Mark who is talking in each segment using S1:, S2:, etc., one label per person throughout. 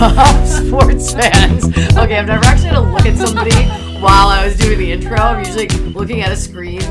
S1: up, sports fans? Okay, I've never actually had to look at somebody while I was doing the intro. I'm usually looking at a screen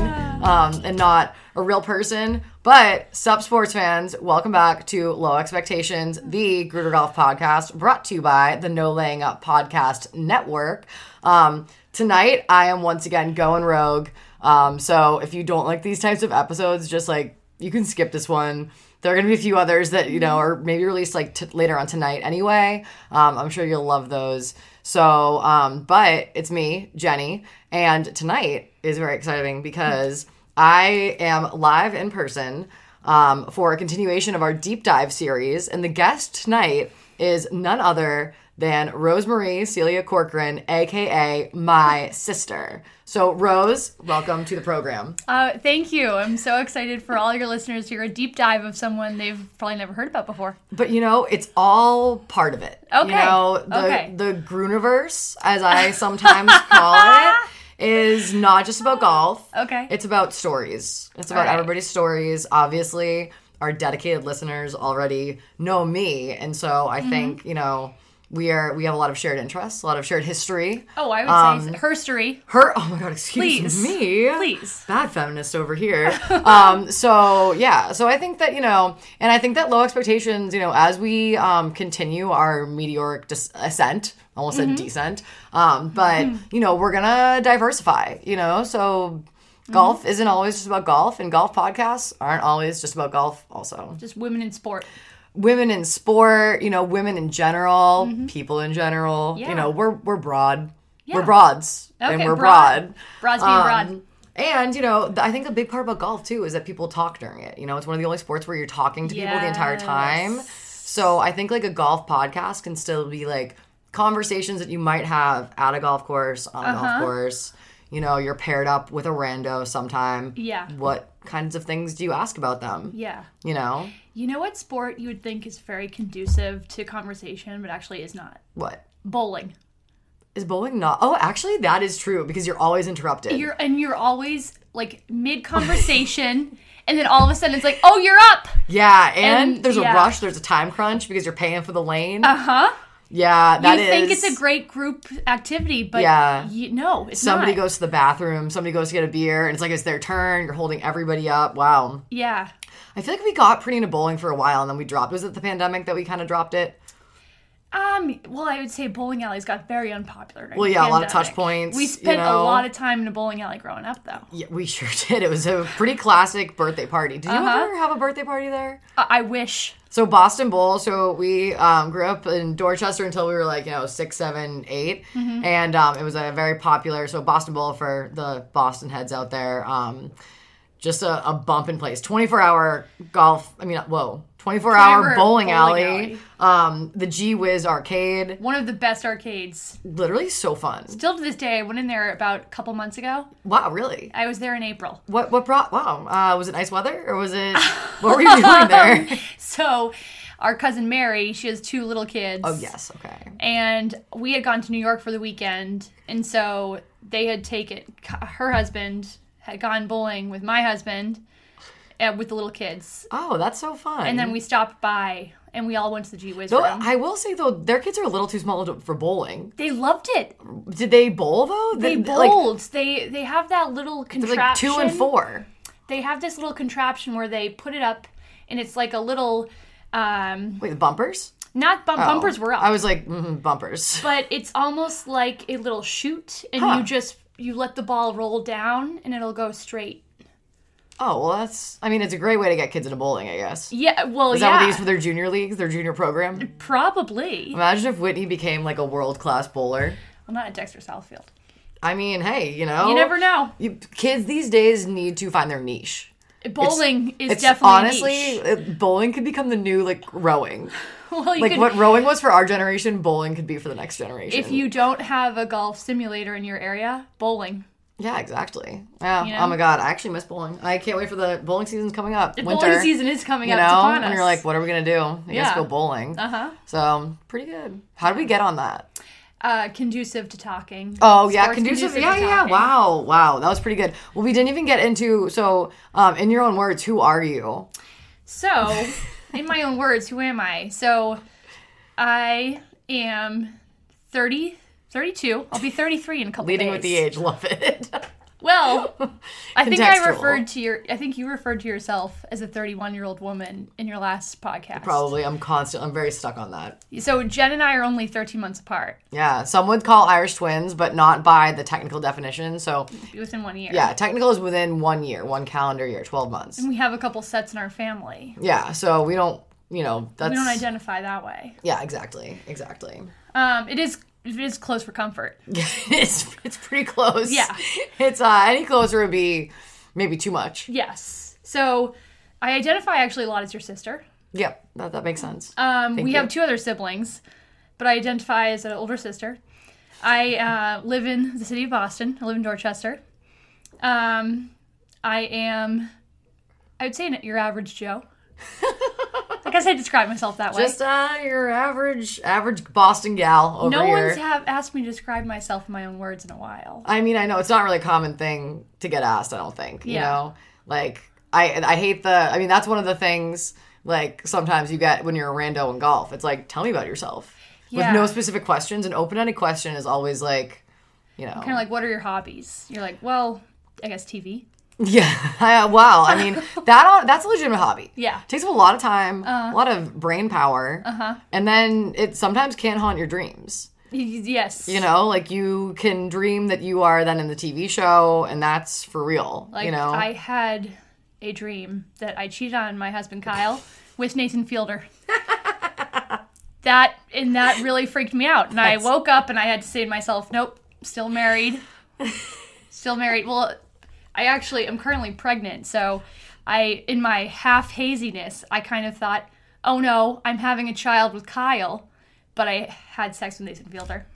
S1: um, and not a real person. But sup, sports fans? Welcome back to Low Expectations, the Gruder Golf Podcast, brought to you by the No Laying Up Podcast Network. Um, tonight, I am once again going rogue. Um, so if you don't like these types of episodes, just like you can skip this one. There are going to be a few others that, you know, are maybe released like t- later on tonight anyway. Um, I'm sure you'll love those. So, um, but it's me, Jenny, and tonight is very exciting because I am live in person um, for a continuation of our deep dive series. And the guest tonight is none other than Rosemarie Celia Corcoran, aka my sister. So, Rose, welcome to the program.
S2: Uh, thank you. I'm so excited for all your listeners to hear a deep dive of someone they've probably never heard about before.
S1: But you know, it's all part of it. You
S2: Okay.
S1: know, the
S2: Okay.
S1: the Gruniverse, as I sometimes call it, is not just about golf.
S2: Okay.
S1: It's about stories. It's about
S2: right.
S1: everybody's stories. Obviously, our dedicated listeners already know me, and so
S2: Mm-hmm.
S1: I think, you know, we are we have a lot of shared interests, a lot of shared history.
S2: oh, I would
S1: Um,
S2: say herstory.
S1: Her oh my god, excuse
S2: Please.
S1: me.
S2: Please.
S1: Bad feminist over here. um, so yeah, so I think that, you know, and I think that low expectations, you know, as we um continue our meteoric dis- ascent, I almost said
S2: Mm-hmm.
S1: descent, um, but you know, we're gonna diversify, you know, so
S2: Mm-hmm.
S1: golf isn't always just about golf and golf podcasts aren't always just about golf also
S2: Just women in sport.
S1: women in sport, you know, women in general, people in general.
S2: Mm-hmm. Yeah.
S1: You know, we're we're broad. We're
S2: Yeah.
S1: broads. and
S2: Okay,
S1: we're broad. Um,
S2: broad. Broad's being broad.
S1: And you know, th- I think a big part about golf too is that people talk during it. You know, it's one of the only sports where you're talking to people the entire time. So I think like a golf podcast can still be like conversations that you might have at a golf course, on a
S2: Uh-huh.
S1: golf course. You know, you're paired up with a rando sometime.
S2: Yeah.
S1: What kinds of things do you ask about them?
S2: Yeah.
S1: You know,
S2: You know what sport you would think is very conducive to conversation, but actually is not?
S1: what?
S2: Bowling.
S1: Is bowling not? Oh, actually, that is true because you're always interrupted.
S2: You're and you're always like mid conversation, and then all of a sudden it's like, oh, you're up.
S1: yeah, and,
S2: And-
S1: there's
S2: yeah.
S1: a rush, there's a time crunch because you're paying for the lane.
S2: Uh huh.
S1: yeah,
S2: You
S1: that is.
S2: think it's a great group activity, but
S1: Yeah.
S2: you, no, it's
S1: Somebody
S2: not.
S1: goes to the bathroom, somebody goes to get a beer, and it's like it's their turn. You're holding everybody up. Wow.
S2: Yeah.
S1: I feel like we got pretty into bowling for a while and then we dropped. Was it the pandemic that we kind of dropped it?
S2: Um. Well, I would say bowling alleys got very unpopular. during
S1: Well, yeah, a lot of
S2: pandemic.
S1: touch points,
S2: We
S1: you
S2: spent
S1: know?
S2: a lot of time in a bowling alley growing up, though.
S1: Yeah, we sure did. It was a pretty classic birthday party. Did you ever have a birthday party there?
S2: I, I wish.
S1: So Boston Bowl. So we um, grew up in Dorchester until we were like you know six, seven, eight. and um, it was a very popular. So Boston Bowl for the Boston heads out there, um, just a, a bump in place. Twenty four hour golf. I mean, whoa, twenty four hour
S2: 24
S1: bowling,
S2: bowling
S1: alley. Um, the G Wiz arcade,
S2: One of the best arcades.
S1: literally so fun.
S2: Still to this day, I went in there about a couple months ago.
S1: Wow, really.
S2: I was there in April.
S1: What what brought? Wow, uh, was it nice weather or was it? What were you doing there?
S2: So, our cousin Mary, she has two little kids.
S1: oh yes, okay.
S2: and we had gone to New York for the weekend, and so they had taken her husband had gone bowling with my husband, uh, with the little kids,
S1: Oh, that's so fun.
S2: and then we stopped by and we all went to the G Wiz
S1: Though,
S2: room.
S1: I will say though, their kids are a little too small to- for bowling.
S2: they loved it.
S1: Did they bowl though?
S2: They
S1: like,
S2: bowled. they they have that little
S1: like,
S2: contraption.
S1: two and four.
S2: They have this little contraption where they put it up, and it's like a little, um,
S1: Wait, the bumpers?
S2: not bump, bumpers were up,
S1: Oh. I was like mm, bumpers.
S2: but it's almost like a little chute, and
S1: Huh.
S2: you just you let the ball roll down, and it'll go straight.
S1: Oh well, that's. I mean, it's a great way to get kids into bowling, I guess. Is
S2: Yeah, well,
S1: that what
S2: yeah,
S1: they use for their junior leagues, their junior program?
S2: probably. Well,
S1: Imagine if Whitney became like a world class bowler.
S2: not at Dexter Southfield.
S1: I mean, hey, you know,
S2: You never know.
S1: You, kids these days need to find their niche.
S2: Bowling is
S1: It's
S2: definitely
S1: honestly,
S2: niche.
S1: it- bowling could become the new like rowing.
S2: Well, you
S1: Like
S2: could,
S1: what rowing was for our generation, bowling could be for the next generation.
S2: if you don't have a golf simulator in your area, bowling.
S1: Yeah, exactly. Yeah.
S2: You
S1: Oh
S2: know?
S1: my god, I actually miss bowling. I can't wait for the bowling season's coming up. Winter
S2: Bowling season is coming
S1: you
S2: up.
S1: know,
S2: It's upon us.
S1: and you're like, what are we gonna do? I guess
S2: Yeah.
S1: go bowling.
S2: uh-huh.
S1: So pretty good. How did we get on that?
S2: uh, conducive to talking.
S1: Oh yeah,
S2: Sports
S1: conducive. Yeah,
S2: to
S1: yeah.
S2: talking.
S1: Wow, wow. That was pretty good. Well, we didn't even get into. So, um, in your own words, who are you?
S2: So, in my own words, who am I? So, I am 30, 32. I'll be 33 in a couple
S1: Leading
S2: days.
S1: with the age, love it.
S2: Well, I think I
S1: Contextual.
S2: referred to your I think you referred to yourself as a 31-year-old woman in your last podcast.
S1: Probably. I'm constant. I'm very stuck on that.
S2: So Jen and I are only 13 months apart.
S1: Yeah. Some would call Irish twins, but not by the technical definition. So
S2: within one year.
S1: yeah, technical is within one year, one calendar year, 12 months.
S2: We have a couple sets in our family.
S1: Yeah. So we don't, you know, that's.
S2: We don't identify that way.
S1: yeah, exactly. Exactly.
S2: Um, it is it is close for comfort.
S1: it's, it's pretty close.
S2: Yeah.
S1: It's, uh, any closer would be maybe too much.
S2: Yes. So I identify actually a lot as your sister.
S1: Yep. That, that makes sense.
S2: Um, we
S1: you.
S2: have two other siblings, but I identify as an older sister. I uh, live in the city of Boston. I live in Dorchester. Um, I am, I would say, an, your average Joe. I guess I describe myself that way.
S1: Just, uh, your average, average Boston gal over
S2: no
S1: here.
S2: one's have asked me to describe myself in my own words in a while.
S1: I mean, I know it's not really a common thing to get asked. I don't think you
S2: Yeah.
S1: know, like I I hate the. I mean, that's one of the things like sometimes you get when you're a rando in golf. It's like tell me about yourself
S2: Yeah.
S1: with no specific questions. An open ended question is always like, you know,
S2: Kind of like, what are your hobbies? You're like, well, I guess TV.
S1: yeah, I- wow. I mean, that on, that's a legitimate hobby.
S2: Yeah. Uh-huh.
S1: takes up a lot of time, a lot of brain power, uh-huh. and then it sometimes can haunt your dreams.
S2: Yes.
S1: You know, like you can dream that you are then in the TV show, and that's for real.
S2: Like
S1: you know,
S2: I had a dream that I cheated on my husband Kyle with Nathan Fielder. that and that really freaked me out. And I woke up and I had to say to myself, Nope, still married. still married. Well, I actually am currently pregnant, so I in my half haziness, I kind of thought, Oh no, I'm having a child with Kyle but I had sex with Nathan Fielder.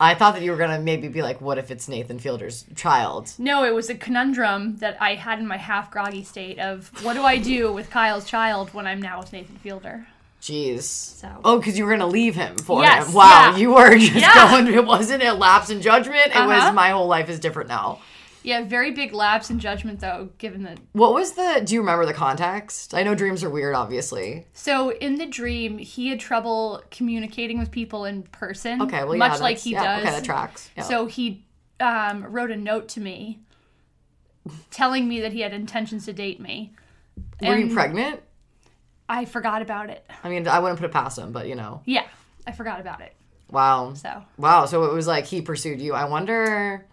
S1: I thought that you were gonna maybe be like, what if it's Nathan Fielder's child?
S2: No, it was a conundrum that I had in my half groggy state of what do I do with Kyle's child when I'm now with Nathan Fielder?
S1: Jeez.
S2: So-
S1: Oh, because you were gonna leave him for
S2: Yes,
S1: him. Wow,
S2: yeah.
S1: you were just
S2: Yeah.
S1: going. It wasn't a lapse in judgment. It
S2: Uh-huh.
S1: was my whole life is different now.
S2: Yeah, very big lapse in judgment though, given that.
S1: What was the? Do you remember the context? I know dreams are weird, obviously.
S2: So in the dream, he had trouble communicating with people in person.
S1: Okay, well, yeah,
S2: much
S1: that's-
S2: like he
S1: yeah,
S2: does.
S1: Okay, that tracks. Yeah.
S2: So he um, wrote a note to me, telling me that he had intentions to date me.
S1: were you
S2: and-
S1: pregnant?
S2: I forgot about it.
S1: I mean, I wouldn't put it past him, but you know,
S2: Yeah, I forgot about it.
S1: wow,
S2: So
S1: wow. So it was like he pursued you. I wonder.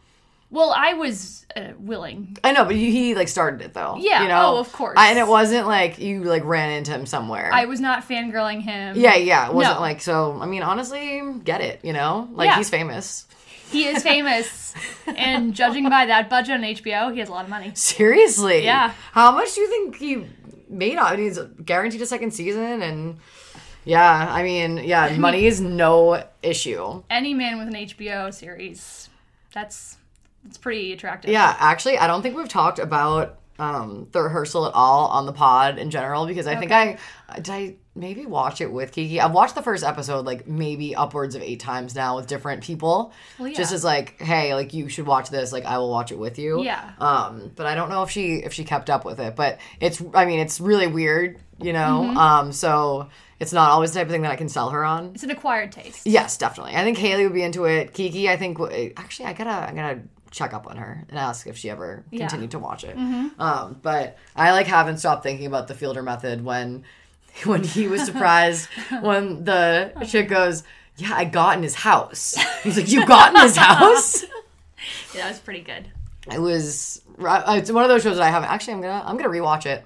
S2: well, I was uh, willing
S1: I know, but he, he like started it though.
S2: Yeah,
S1: You know?
S2: oh, of course.
S1: I, and it wasn't like you like ran into him somewhere.
S2: I was not fangirling him.
S1: Yeah, yeah. It wasn't
S2: No.
S1: like so. I mean, honestly, get it. You know, like
S2: Yeah.
S1: he's famous.
S2: He is famous. and judging by that budget on HBO, he has a lot of money.
S1: Seriously.
S2: Yeah.
S1: How much do you think he made on? He's guaranteed a second season, and yeah, I mean, yeah, money is no issue.
S2: Any man with an HBO series, that's that's pretty attractive.
S1: Yeah, actually, I don't think we've talked about um, the rehearsal at all on the pod in general because I think I I- did I maybe watch it with Kiki. I've watched the first episode like maybe upwards of eight times now with different people.
S2: Well, yeah.
S1: Just as like, hey, like you should watch this. Like I will watch it with you.
S2: Yeah.
S1: Um, but I don't know if she if she kept up with it. But it's I mean it's really weird, you know.
S2: Mm-hmm.
S1: Um, so it's not always the type of thing that I can sell her on.
S2: It's an acquired taste.
S1: Yes, definitely. I think Haley would be into it. Kiki, I think w- actually, I gotta, I gotta check up on her and ask if she ever continued to watch it. Um, but I like haven't stopped thinking about the Fielder method when, when he was surprised when the chick goes, "Yeah, I got in his house." He's like, "You got in his house?"
S2: Yeah, that was pretty good.
S1: It was. It's one of those shows that I haven't actually. I'm gonna, I'm gonna rewatch it.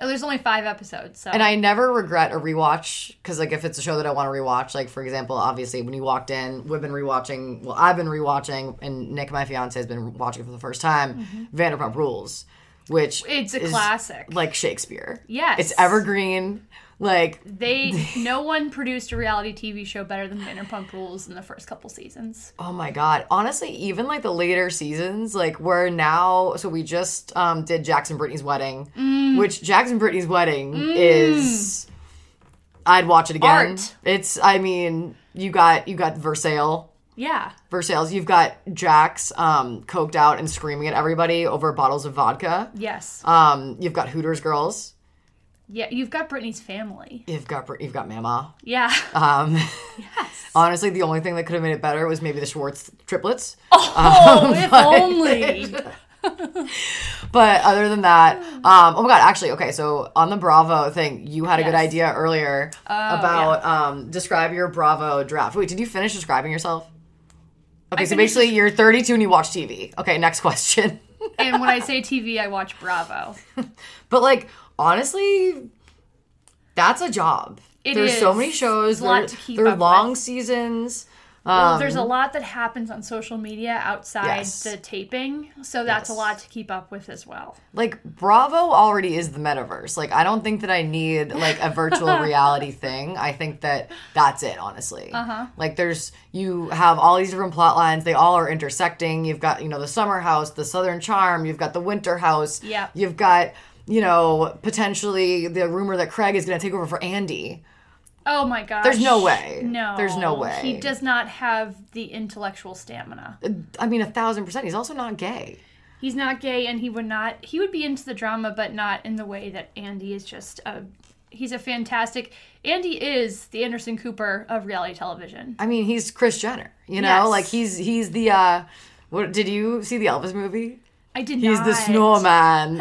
S2: Oh, there's only five episodes, so
S1: And I never regret a rewatch because, like, if it's a show that I want to rewatch, like for example, obviously when you walked in, we've been rewatching. Well, I've been rewatching, and Nick, my fiance, has been watching for the first time Vanderpump Rules, which
S2: Mm-hmm. it's a
S1: is
S2: classic.
S1: like Shakespeare.
S2: Yes.
S1: it's evergreen. Like
S2: They no one produced a reality TV show better than Vanderpump Rules in the first couple seasons.
S1: Oh my god. Honestly, even like the later seasons, like we're now so we just um did Jackson Brittany's wedding, which Jackson Brittany's wedding is I'd watch it again.
S2: Art.
S1: It's I mean, you got you got Versailles.
S2: Yeah.
S1: Versailles, you've got Jax um coked out and screaming at everybody over bottles of vodka.
S2: Yes.
S1: Um you've got Hooters girls.
S2: Yeah, you've got Britney's family.
S1: You've got Br- you've got Mama.
S2: Yeah.
S1: Um
S2: yes.
S1: Honestly, the only thing that could have made it better was maybe the Schwartz triplets.
S2: Oh, if only.
S1: But other than that, um,
S2: Mm.
S1: oh my god, actually, okay, so on the Bravo thing, you had a good
S2: Yes. Oh,
S1: idea earlier about um, describe your Bravo draft. Wait, did you finish describing yourself? Okay, so
S2: finished
S1: basically you're 32 and you watch TV. Okay, next question.
S2: and when I say TV, I watch Bravo.
S1: But like, honestly, that's a job.
S2: It
S1: There's so
S2: is.
S1: many shows.
S2: It's a lot
S1: They're,
S2: to keep
S1: they're
S2: up with.
S1: long seasons.
S2: Well, there's a lot that happens on social media outside
S1: Um, Yes.
S2: the taping, so that's
S1: Yes.
S2: a lot to keep up with as well.
S1: Like Bravo already is the metaverse. Like I don't think that I need like a virtual reality thing. I think that that's it, honestly. Uh-huh. Like there's you have all these different plot lines. They all are intersecting. You've got you know the summer house, the southern charm. You've got the winter house.
S2: Yep.
S1: You've got you know potentially the rumor that Craig is going to take over for Andy.
S2: Oh my gosh.
S1: There's no way.
S2: No.
S1: There's no way.
S2: He does not have the intellectual stamina.
S1: I mean, a thousand percent. He's also not gay.
S2: He's not gay and he would not he would be into the drama but not in the way that Andy is just a he's a fantastic Andy is the Anderson Cooper of reality television.
S1: I mean, he's Chris Jenner. You know,
S2: Yes.
S1: like he's he's the. uh what, did you see the Elvis movie?
S2: I did
S1: He's
S2: not
S1: the snowman.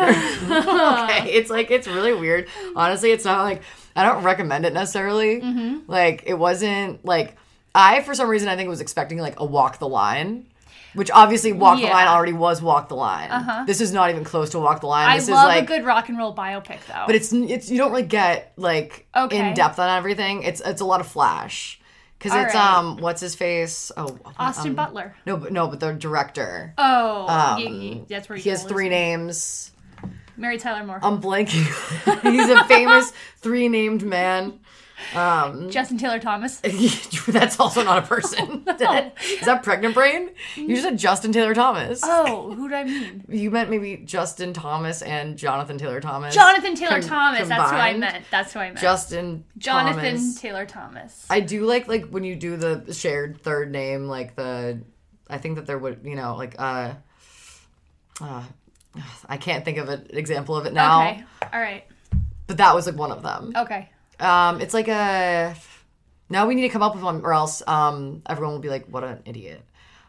S1: okay, it's like it's really weird. Honestly, it's not like I don't recommend it necessarily.
S2: Mm-hmm.
S1: Like it wasn't like I for some reason I think was expecting like a walk the line, which obviously walk the
S2: Yeah. Uh-huh.
S1: line already was walk the line. This is not even close to walk the line.
S2: I
S1: this
S2: love
S1: is like
S2: a good rock and roll biopic though.
S1: but it's it's you don't really get like
S2: Okay.
S1: in depth on everything. It's it's a lot of flash because
S2: All
S1: it's
S2: right.
S1: um what's his face oh
S2: Austin
S1: um,
S2: Butler.
S1: no but no but the director
S2: Oh,
S1: um,
S2: you- you- that's where
S1: he has three Um, names.
S2: Mary Tyler Moore.
S1: I'm blanking. He's a famous three named man. Um,
S2: Justin Taylor Thomas.
S1: that's also not a person. Is that pregnant brain? You said Justin Taylor Thomas.
S2: Oh, who did I mean?
S1: You meant maybe Justin Thomas and Jonathan Taylor Thomas.
S2: Jonathan Taylor
S1: com-
S2: Thomas. That's who I
S1: combined.
S2: meant. That's who I meant.
S1: Justin
S2: Jonathan
S1: Thomas.
S2: Taylor Thomas.
S1: I do like like when you do the shared third name, like the I think that there would you know, like uh uh I can't think of an example of it now.
S2: Okay. All right.
S1: But that was like one of them.
S2: Okay.
S1: Um it's like a now we need to come up with one or else um everyone will be like, What an idiot.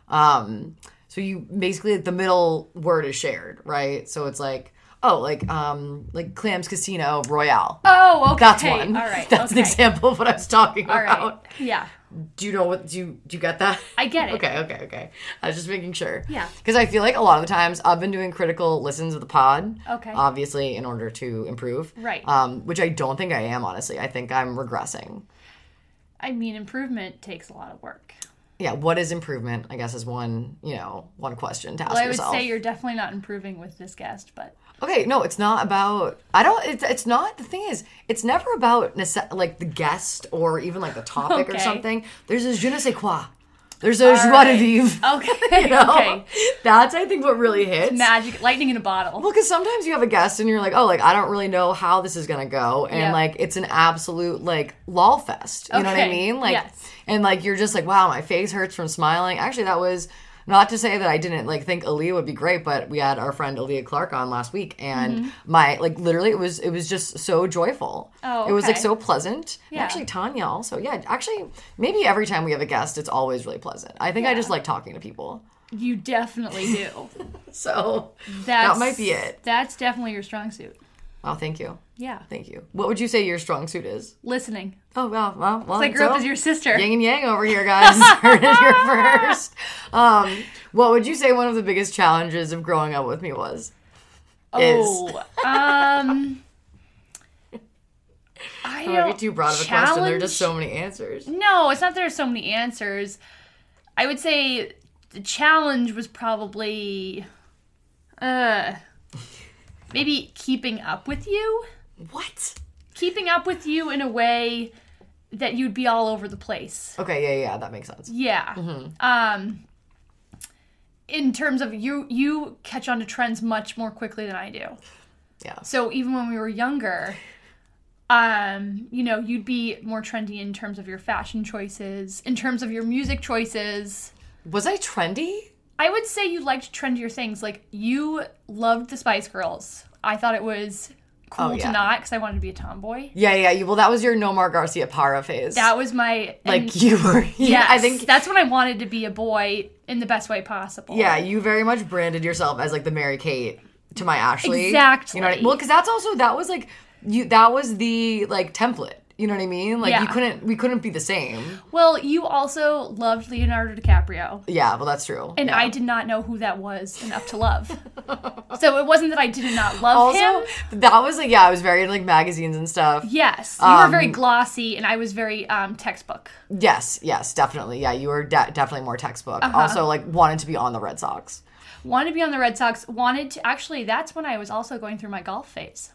S1: Um so you basically like, the middle word is shared, right? So it's like oh like um like Clams Casino Royale.
S2: Oh, okay.
S1: That's one.
S2: All right.
S1: That's
S2: okay.
S1: an example of what I was talking
S2: All
S1: about.
S2: right. Yeah.
S1: Do you know what do you do you get that?
S2: I get it.
S1: Okay, okay, okay. I was just making sure.
S2: Yeah.
S1: Because I feel like a lot of the times I've been doing critical listens of the pod.
S2: Okay.
S1: Obviously, in order to improve.
S2: Right.
S1: Um, which I don't think I am, honestly. I think I'm regressing.
S2: I mean, improvement takes a lot of work.
S1: Yeah. What is improvement? I guess is one, you know, one question to ask
S2: Well, I would
S1: yourself.
S2: say you're definitely not improving with this guest, but
S1: okay. No, it's not about. I don't. It's, it's not. The thing is, it's never about nece- like the guest or even like the topic or
S2: Okay.
S1: something. There's a je ne sais quoi. There's a joie
S2: right.
S1: de vivre.
S2: okay.
S1: You know?
S2: Okay.
S1: That's I think what really hits.
S2: Magic, lightning in a bottle.
S1: Well, because sometimes you have a guest and you're like, oh, like I don't really know how this is gonna go, and
S2: Yeah.
S1: like it's an absolute like lol fest. You know what I
S2: Okay.
S1: mean? Like,
S2: Yes.
S1: and like you're just like, wow, my face hurts from smiling. Actually, that was not to say that I didn't like think Aaliyah would be great, but we had our friend Aaliyah Clark on last week, and my like literally it was it was just so joyful.
S2: Mm-hmm. Oh,
S1: it was like
S2: okay.
S1: so pleasant. And
S2: Yeah.
S1: Actually, Tanya also, yeah. Actually, maybe every time we have a guest, it's always really pleasant. I think I
S2: Yeah.
S1: just like talking to people.
S2: you definitely do.
S1: So,
S2: That's,
S1: might be it.
S2: That's definitely your strong suit.
S1: oh, thank you.
S2: Yeah.
S1: Thank you. What would you say your strong suit is?
S2: Listening.
S1: Oh well, well, well.
S2: I grew
S1: so-
S2: up as your sister.
S1: yin and yang over here, guys. Heard it here first. Um, what would you say one of the biggest challenges of growing up with me was? is.
S2: Oh, um, I
S1: I
S2: don't
S1: get too broad of a question. There are
S2: challenge-
S1: just so many answers.
S2: No, it's not. There's so many answers. I would say the challenge was probably, uh, maybe keeping up with you,
S1: What?
S2: keeping up with you in a way that you'd be all over the place.
S1: Okay, yeah, yeah, that makes sense.
S2: Yeah.
S1: Mm-hmm.
S2: Um in terms of you you catch on to trends much more quickly than I do.
S1: Yeah.
S2: So even when we were younger, um, you know, you'd be more trendy in terms of your fashion choices, in terms of your music choices.
S1: Was I trendy?
S2: I would say you liked trendier things. Like you loved the Spice Girls. I thought it was cool
S1: Oh, yeah.
S2: to not because I wanted to be a tomboy.
S1: Yeah, yeah. You, well, that was your Nomar Garcia Parra phase.
S2: That was my and-
S1: like you were. Yeah,
S2: Yes,
S1: I think.
S2: that's when I wanted to be a boy in the best way possible.
S1: Yeah, you very much branded yourself as like the Mary Kate to my Ashley.
S2: Exactly.
S1: You know what I Well, because that's also that was like you. That was the like template. You know what I mean? Like you
S2: Yeah.
S1: couldn't. We couldn't be the same.
S2: Well, you also loved Leonardo DiCaprio.
S1: Yeah. Well, that's true.
S2: And
S1: yeah.
S2: I did not know who that was enough to love. so it wasn't that I did not love
S1: also
S2: him.
S1: that was like yeah. I was very into, like magazines and stuff.
S2: Yes, you were
S1: Um,
S2: very glossy, and I was very um, textbook.
S1: Yes. Yes. Definitely. Yeah. You were de- definitely more textbook.
S2: Uh-huh.
S1: Also, like wanted to be on the Red Sox.
S2: Wanted to be on the Red Sox. Wanted to actually. That's when I was also going through my golf phase.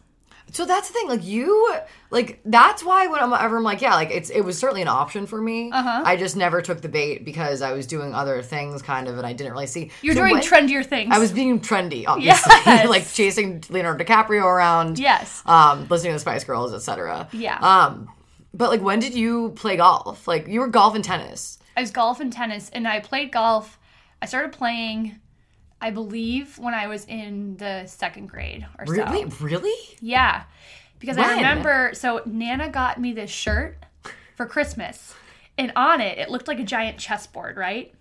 S1: So that's the thing, like you, like that's why when I'm ever I'm like, yeah, like it's it was certainly an option for me. Uh-huh. I just never took the bait because I was doing other things, kind of, and I didn't really see.
S2: You're
S1: So
S2: doing
S1: when-
S2: trendier things.
S1: I was being trendy, obviously,
S2: Yes.
S1: like chasing Leonardo DiCaprio around.
S2: Yes.
S1: Um, listening to the Spice Girls, etc.
S2: Yeah.
S1: Um, but like, when did you play golf? Like, you were golf and tennis.
S2: I was golf and tennis, and I played golf. I started playing, I believe, when I was in the second grade or so.
S1: Really, really?
S2: Yeah. Because I
S1: When?
S2: remember, so Nana got me this shirt for Christmas, and on it, it looked like a giant chessboard, right?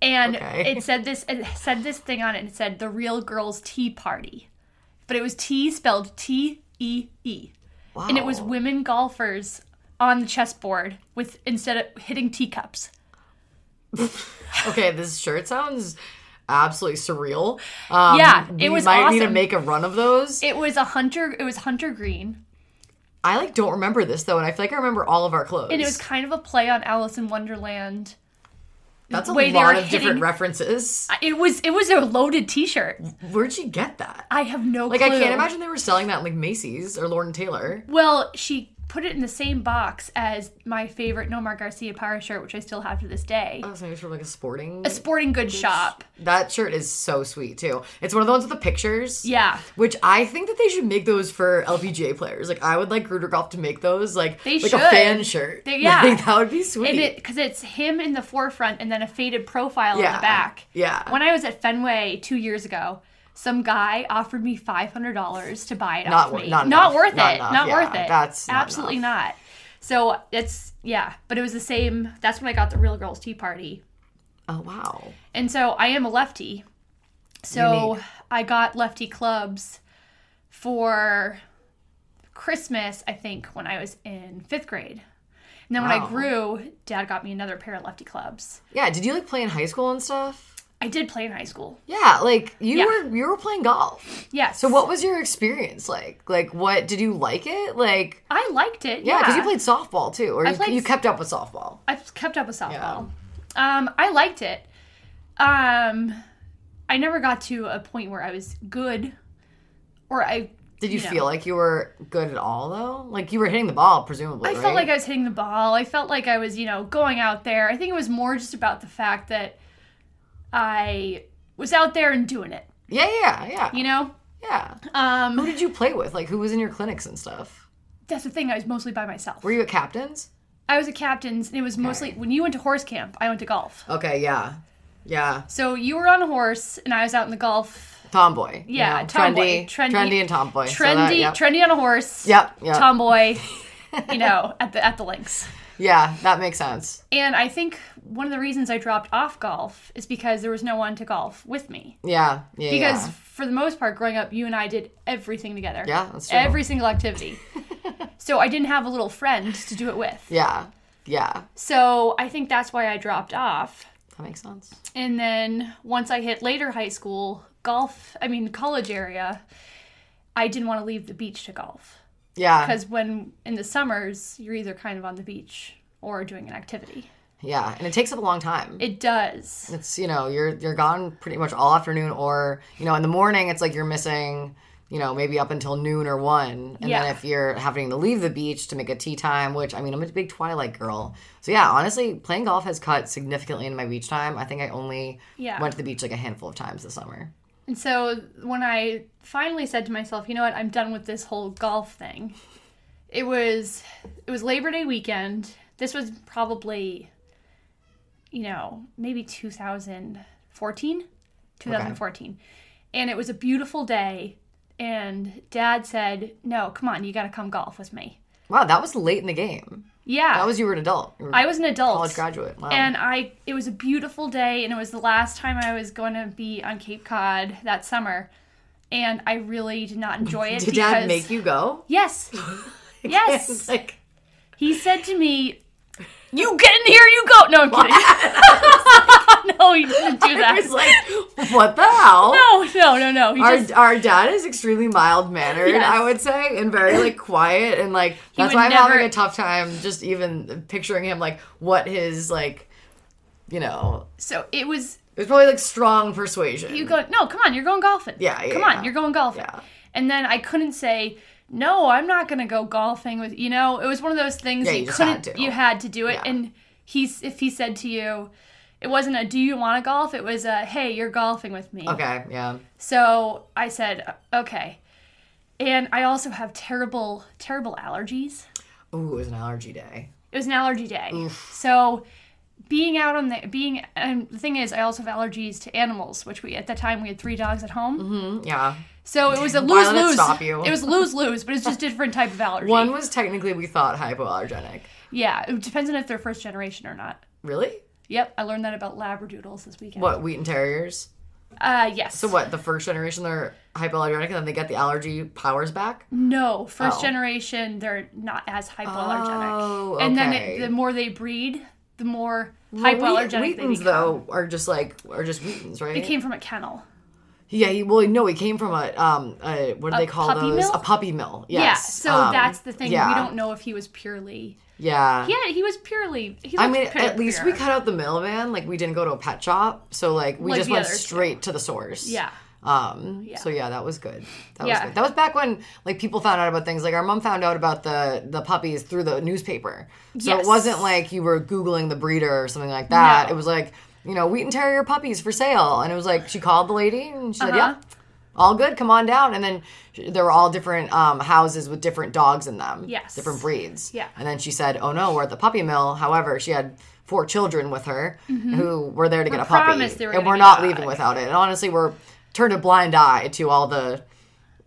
S2: And
S1: Okay.
S2: it said this, it said this thing on it, and it said the real girls' tea party, but it was tea spelled T E E,
S1: Wow.
S2: and it was women golfers on the chessboard with instead of hitting teacups.
S1: okay. This shirt sounds absolutely surreal. Um,
S2: Yeah, it
S1: we
S2: was
S1: might need to
S2: awesome.
S1: make a run of those.
S2: It was a hunter. It was hunter green,
S1: I like don't remember this though, and I feel like I remember all of our clothes.
S2: and it was kind of a play on Alice in Wonderland.
S1: that's a
S2: way they
S1: lot
S2: were
S1: of different
S2: hitting-
S1: references.
S2: It was it was a loaded T-shirt.
S1: Where'd she get that?
S2: I have no
S1: Like
S2: clue.
S1: I can't imagine they were selling that in like Macy's or Lord and Taylor.
S2: Well, she put it in the same box as my favorite Nomar Garcia Parra shirt, which I still have to this day.
S1: Oh, so maybe it's from like a sporting.
S2: a sporting goods shop.
S1: that shirt is so sweet too. It's one of the ones with the pictures.
S2: Yeah.
S1: Which I think that they should make those for LPGA players. Like I would like Grudergolf to make those like
S2: They
S1: like
S2: should.
S1: a fan shirt.
S2: They- yeah.
S1: Like, that would be sweet.
S2: And it because it's him in the forefront and then a faded profile in
S1: Yeah,
S2: the back.
S1: yeah.
S2: When I was at Fenway two years ago, some guy offered me five hundred dollars to buy it
S1: Not
S2: off
S1: wor-
S2: me.
S1: not enough,
S2: worth
S1: not
S2: it.
S1: enough,
S2: Not
S1: yeah,
S2: worth it.
S1: that's not
S2: absolutely not. So it's yeah, but it was the same. That's when I got the real girls tea party.
S1: oh wow.
S2: And so I am a lefty. So
S1: Unique.
S2: I got lefty clubs for Christmas, I think, when I was in fifth grade. And then when
S1: Wow.
S2: I grew, dad got me another pair of lefty clubs.
S1: Yeah. Did you like play in high school and stuff?
S2: I did play in high school.
S1: Yeah. Like you
S2: Yeah.
S1: were you were playing golf.
S2: Yes.
S1: So what was your experience like? Like what did you like it? Like
S2: I liked it.
S1: yeah,
S2: Yeah.
S1: because you played softball too, or you,
S2: played
S1: you
S2: s-
S1: kept up with softball.
S2: I kept up with softball. Um, I liked it. Um, I never got to a point where I was good or I
S1: Did you
S2: No.
S1: feel like you were good at all though? Like you were hitting the ball presumably.
S2: I
S1: right?
S2: felt like I was hitting the ball. I felt like I was, you know, going out there. I think it was more just about the fact that I was out there and doing it,
S1: yeah, yeah, yeah,
S2: you know?
S1: yeah. Who
S2: Um,
S1: did you play with? Like who was in your clinics and stuff?
S2: that's the thing. I was mostly by myself.
S1: Were you at captains?
S2: I was a captain's, and it was mostly when you went to horse camp, I went to golf.
S1: Okay, yeah, yeah.
S2: So you were on a horse, and I was out in the golf.
S1: Tomboy. you
S2: Yeah,
S1: know,
S2: tomboy.
S1: trendy, trendy, and tomboy.
S2: Trendy,
S1: So that- yep.
S2: trendy on a horse.
S1: Yep, yep.
S2: Tomboy, you know, at the at the links.
S1: yeah, that makes sense.
S2: And I think one of the reasons I dropped off golf is because there was no one to golf with me.
S1: Yeah, yeah.
S2: Because
S1: yeah.
S2: for the most part, growing up, you and I did everything together.
S1: Yeah, that's true.
S2: Every single activity. so I didn't have a little friend to do it with.
S1: yeah, yeah,
S2: So I think that's why I dropped off.
S1: that makes sense.
S2: And then once I hit later high school, golf, I mean, college area, I didn't want to leave the beach to golf.
S1: Yeah,
S2: Because when in the summers, you're either kind of on the beach or doing an activity.
S1: yeah, and it takes up a long time.
S2: It does.
S1: it's you know you're you're gone pretty much all afternoon or you know in the morning it's like you're missing you know maybe up until noon or one and
S2: Yeah.
S1: then if you're having to leave the beach to make a tea time which i mean i'm a big twilight girl so yeah honestly playing golf has cut significantly in my beach time i think i only
S2: Yeah.
S1: went to the beach like a handful of times this summer
S2: And so when I finally said to myself, you know what, I'm done with this whole golf thing. It was it was Labor Day weekend. This was probably you know, maybe 2014, 2014. And it was a beautiful day and dad said, "No, come on, you got to come golf with me."
S1: Wow, that was late in the game.
S2: Yeah.
S1: That was you were an adult. You were
S2: I was an
S1: a
S2: adult.
S1: college graduate. Wow.
S2: And I, it was a beautiful day, and it was the last time I was going to be on Cape Cod that summer, and I really did not enjoy it
S1: Did
S2: because
S1: dad make you go?
S2: yes, yes,
S1: like
S2: he said to me, "You get in here, you go." No, I'm kidding. no, he didn't do
S1: I was
S2: that.
S1: like, what the hell?
S2: No, no, no, no. He
S1: Our,
S2: just
S1: our dad is extremely mild mannered,
S2: Yes.
S1: I would say, and very like quiet and like that's
S2: would
S1: why I'm having
S2: never-
S1: a tough time just even picturing him like what his like you know
S2: so it was
S1: it was probably like strong persuasion.
S2: you go, no, come on, you're going golfing.
S1: Yeah, yeah,
S2: Come
S1: yeah.
S2: on, you're going golfing.
S1: Yeah.
S2: And then I couldn't say, no, I'm not going to go golfing with, you know, it was one of those things
S1: Yeah,
S2: that
S1: you
S2: you,
S1: just
S2: couldn't,
S1: had to.
S2: you had to do it.
S1: Yeah.
S2: And he's, if he said to you, it wasn't a, do you want to golf? It was a, hey, you're golfing with me.
S1: Okay, yeah.
S2: So I said, okay. And I also have terrible, terrible allergies.
S1: Ooh, it was an allergy day.
S2: It was an allergy day. So being out on the, being, and the thing is, I also have allergies to animals, which we, at the time, we had three dogs at home.
S1: Mm, Yeah.
S2: So it was a
S1: Why
S2: lose
S1: let it
S2: lose.
S1: stop you?
S2: It was lose lose, but it's just different type of allergy.
S1: One was technically we thought hypoallergenic.
S2: yeah, it depends on if they're first generation or not.
S1: Really?
S2: Yep, I learned that about labradoodles this weekend.
S1: What, wheat and terriers?
S2: Uh, yes.
S1: So what, the first generation they're hypoallergenic and then they get the allergy powers back?
S2: No, first
S1: Oh.
S2: generation they're not as hypoallergenic.
S1: Oh,
S2: And then
S1: okay.
S2: it, the more they breed, the more
S1: Wheat-
S2: hypoallergenic they
S1: Wheatons
S2: become.
S1: though are just like are just Wheatons, right?
S2: They came from a kennel.
S1: yeah, he, well, no, he came from a um, a, what do they call
S2: puppy
S1: those?
S2: mill?
S1: A puppy mill. Yes.
S2: Yeah. So
S1: Um,
S2: that's the thing.
S1: yeah.
S2: We don't know if he was purely.
S1: Yeah.
S2: Yeah, he was purely. He
S1: I
S2: looked
S1: mean,
S2: pure-
S1: at least we
S2: pure.
S1: cut out the middleman. Like we didn't go to a pet shop, so like we
S2: Like
S1: just
S2: the
S1: went
S2: others do.
S1: straight to the source.
S2: Yeah.
S1: Um. So yeah, that was good. That
S2: Yeah.
S1: was good. That was back when like people found out about things. Like our mom found out about the the puppies through the newspaper. So it
S2: Yes.
S1: wasn't like you were googling the breeder or something like that.
S2: No.
S1: It was like you know wheat and terrier puppies for sale, and it was like she called the lady and she said,
S2: Uh-huh.
S1: "Yeah, all good. Come on down." And then sh- there were all different um, houses with different dogs in them.
S2: Yes.
S1: Different breeds.
S2: Yeah.
S1: And then she said, "Oh no, we're at the puppy mill." However, she had four children with her
S2: Mm-hmm.
S1: who were there to get a puppy,
S2: promised they were
S1: and
S2: gonna
S1: we're
S2: get
S1: not
S2: a
S1: leaving
S2: dog.
S1: without it. And honestly, we're turned a blind eye to all the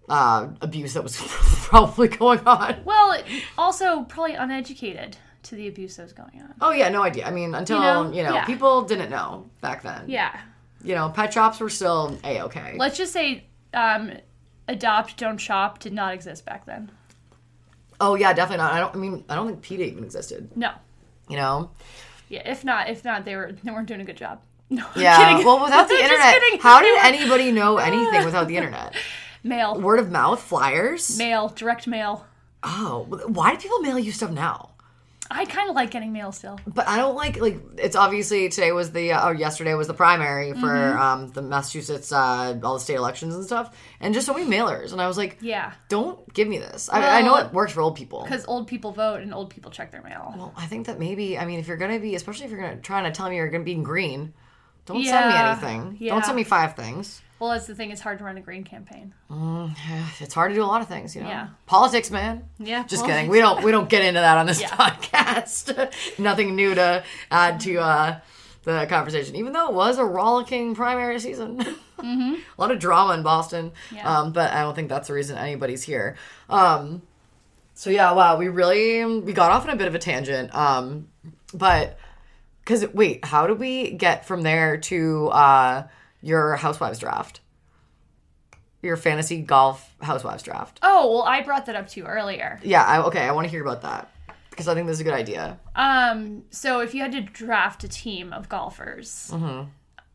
S1: uh, abuse that was probably going on.
S2: Well, it- also probably uneducated to the abuse that was going on.
S1: Oh yeah, no idea. I mean, until you know,
S2: know? Yeah.
S1: people didn't know back then.
S2: Yeah.
S1: You know, pet shops were still a okay.
S2: Let's just say um, adopt, don't shop did not exist back then.
S1: Oh yeah, definitely not. I don't. I mean, I don't think PETA even existed.
S2: No.
S1: You know.
S2: Yeah. If not, if not, they were they weren't doing a good job. No. I'm
S1: Yeah.
S2: kidding.
S1: Well, without the
S2: Just
S1: internet,
S2: kidding.
S1: how
S2: They
S1: did
S2: were-
S1: anybody know anything without the internet?
S2: mail,
S1: Word of mouth, flyers.
S2: mail, direct mail?
S1: Oh, why do people mail you stuff now?
S2: I kind of like getting mail still.
S1: But I don't like like it's obviously today was the uh, or yesterday was the primary for
S2: Mm-hmm.
S1: um, the Massachusetts uh, all the state elections and stuff, and just so many mailers, and I was like,
S2: Yeah.
S1: don't give me this. I, I know
S2: Well-
S1: it works for old people.
S2: Because old people vote and old people check their mail.
S1: Well, I think that maybe I mean if you're gonna be, especially if you're gonna trying to tell me you're gonna be green, don't
S2: Yeah,
S1: send me anything.
S2: yeah.
S1: Don't send me five things.
S2: Well, that's the thing. It's hard to run a green campaign.
S1: It's hard to do a lot of things, you know.
S2: Yeah.
S1: Politics, man.
S2: Yeah,
S1: Just
S2: politics.
S1: kidding. We don't we don't get into that on this
S2: Yeah.
S1: podcast. Nothing new to add to uh, the conversation, even though it was a rollicking primary season. a lot of drama in Boston.
S2: Mm-hmm. Yeah.
S1: Um, but I don't think that's the reason anybody's here. Um, so yeah, wow, we really we got off on a bit of a tangent. Um, but because wait, how do we get from there to uh, your housewives draft? Your fantasy golf housewives draft.
S2: Oh well, I brought that up to you earlier.
S1: Yeah, I, okay, I want to hear about that because I think this is a good idea.
S2: Um, so if you had to draft a team of golfers,
S1: Mm-hmm.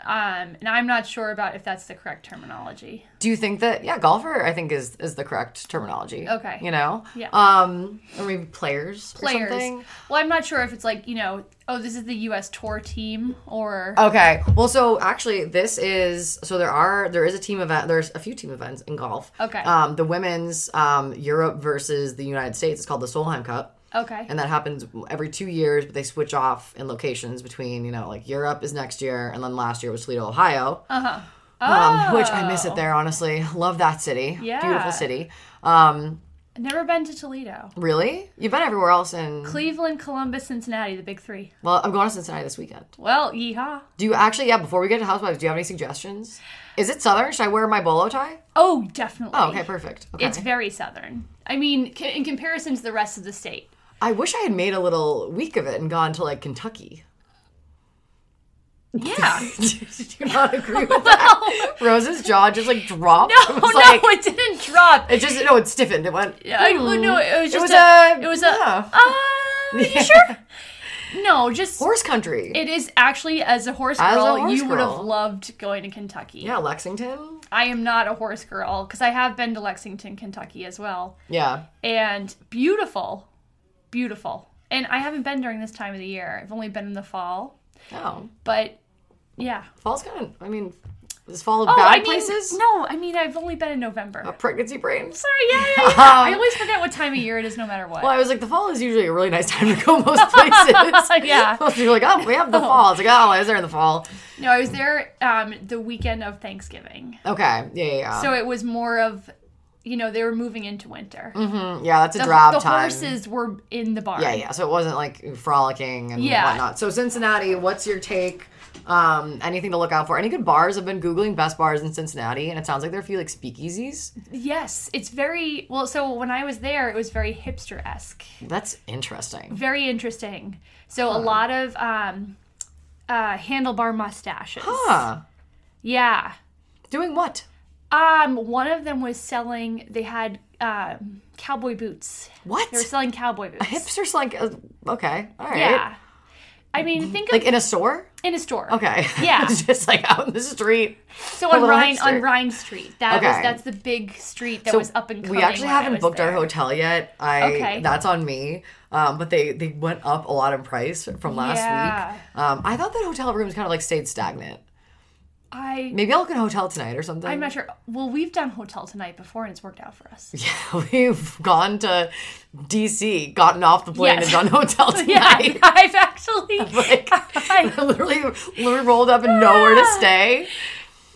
S2: um, and I'm not sure about if that's the correct terminology.
S1: Do you think that yeah, golfer I think is is the correct terminology.
S2: Okay.
S1: You know?
S2: Yeah.
S1: Um or maybe players. or
S2: players.
S1: something?
S2: Well, I'm not sure if it's like you know, oh, this is the U.S. tour team or
S1: Okay. Well, so actually, this is so there are there is a team event. There's a few team events in golf.
S2: Okay.
S1: Um, the women's um, Europe versus the United States. It's called the Solheim Cup,
S2: okay,
S1: and that happens every two years. But they switch off in locations between you know like Europe is next year, and then last year was Toledo, Ohio.
S2: Uh-huh.
S1: Um, which I miss it there, honestly. Love that city.
S2: Oh. Yeah.
S1: Beautiful city. Um,
S2: I've never been to Toledo.
S1: Really? You've been everywhere else in.
S2: Cleveland, Columbus, Cincinnati, the big three.
S1: well, I'm going to Cincinnati this weekend.
S2: Well, yeehaw.
S1: Do you actually, yeah, before we get to Housewives, do you have any suggestions? Is it Southern? Should I wear my bolo tie?
S2: Oh, definitely.
S1: Oh, okay, perfect. Okay.
S2: It's very southern. I mean, c- in comparison to the rest of the state.
S1: I wish I had made a little week of it and gone to like Kentucky.
S2: Yeah.
S1: Did you not agree with that? Rose's jaw just like dropped.
S2: No,
S1: it
S2: oh, no,
S1: was like,
S2: it didn't drop.
S1: it just, no, it stiffened. It went,
S2: I, well, no, it was
S1: Hmm. It
S2: just
S1: was
S2: a,
S1: a-
S2: It was a.
S1: yeah.
S2: Uh, are you sure? No, just.
S1: horse country.
S2: It is actually as a horse
S1: As a
S2: girl,
S1: horse
S2: you would have
S1: girl.
S2: loved going to Kentucky.
S1: yeah, Lexington.
S2: I am not a horse girl because I have been to Lexington, Kentucky as well,
S1: Yeah.
S2: and beautiful, beautiful. And I haven't been during this time of the year. I've only been in the fall,
S1: Oh.
S2: but yeah.
S1: Fall's kind of, I mean, is fall
S2: Oh,
S1: bad
S2: I mean,
S1: places? Oh.
S2: no, I mean I've only been in November.
S1: A pregnancy brain.
S2: Sorry, yeah, yeah, yeah. I always forget what time of year it is, no matter what.
S1: Well, I was like, the fall is usually a really nice time to go most places.
S2: Yeah.
S1: Most people are like, oh, we have the fall. It's like, oh, I was there in the fall.
S2: No, I was there um, the weekend of Thanksgiving,
S1: Okay. Yeah, yeah, yeah.
S2: so it was more of, you know, they were moving into winter.
S1: Mm, yeah, that's a
S2: The,
S1: drab
S2: the
S1: time.
S2: horses were in the barn.
S1: Yeah, yeah. So it wasn't like frolicking and
S2: Yeah.
S1: whatnot. So Cincinnati, what's your take? Um, anything to look out for? Any good bars? I've been googling best bars in Cincinnati, and it sounds like there are a few like speakeasies.
S2: Yes, it's very well. So when I was there, it was very hipster esque,
S1: That's interesting.
S2: very interesting. So a lot of um, uh, handlebar mustaches.
S1: Huh.
S2: Yeah.
S1: Doing what?
S2: Um, one of them was selling. They had um, cowboy boots.
S1: What?
S2: They were selling cowboy boots.
S1: Hipsters like uh, okay, all right.
S2: Yeah. I mean, think of
S1: Like in a store?
S2: in a store.
S1: Okay.
S2: Yeah.
S1: It's just like out in the street.
S2: So on
S1: Little
S2: Rhine on
S1: hipster.
S2: Rhine Street. That was
S1: Okay.
S2: that's the big street that
S1: So
S2: was up and coming.
S1: we actually
S2: when I
S1: haven't
S2: was
S1: booked our
S2: there.
S1: hotel yet. I
S2: Okay.
S1: that's on me. Um, but they they went up a lot in price from last
S2: Yeah.
S1: week. Um, I thought that hotel rooms kind of like stayed stagnant.
S2: I
S1: Maybe I'll look at hotel tonight or something.
S2: I'm not sure. Well, we've done hotel tonight before and it's worked out for us.
S1: Yeah, we've gone to DC, gotten off the plane,
S2: Yes.
S1: and done hotel
S2: Yeah,
S1: tonight.
S2: I've actually.
S1: Like,
S2: I-
S1: literally, literally rolled up and nowhere to stay.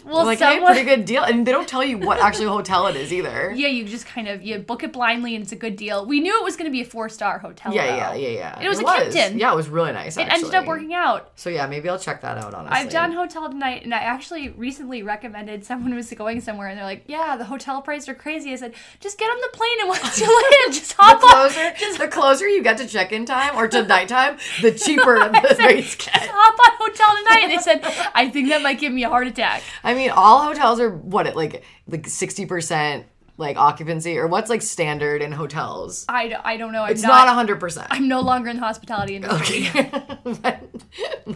S2: well,
S1: Like, hey,
S2: someone.
S1: pretty good deal. And they don't tell you what actual hotel it is either.
S2: yeah, you just kind of you book it blindly and it's a good deal. We knew it was going to be a four star hotel.
S1: Yeah,
S2: though.
S1: yeah, yeah, yeah.
S2: It was a Kimpton.
S1: Yeah, it was really nice.
S2: It ended up working out.
S1: So yeah, maybe I'll check that out. Honestly,
S2: I've done hotel tonight, and I actually recently recommended someone was going somewhere, and they're like, "Yeah, the hotel prices are crazy." I said, "Just get on the plane, and once you land, just
S1: The
S2: hop on,
S1: closer, the closer you get to check-in time or to nighttime, the cheaper the rates get.
S2: just hop on hotel tonight." And they said, "I think that might give me a heart attack."
S1: I mean, all hotels are what at like like sixty percent like occupancy, or what's like standard in hotels?
S2: I, d- I don't know. I'm
S1: It's
S2: not.
S1: not hundred percent.
S2: I'm no longer in the hospitality industry.
S1: When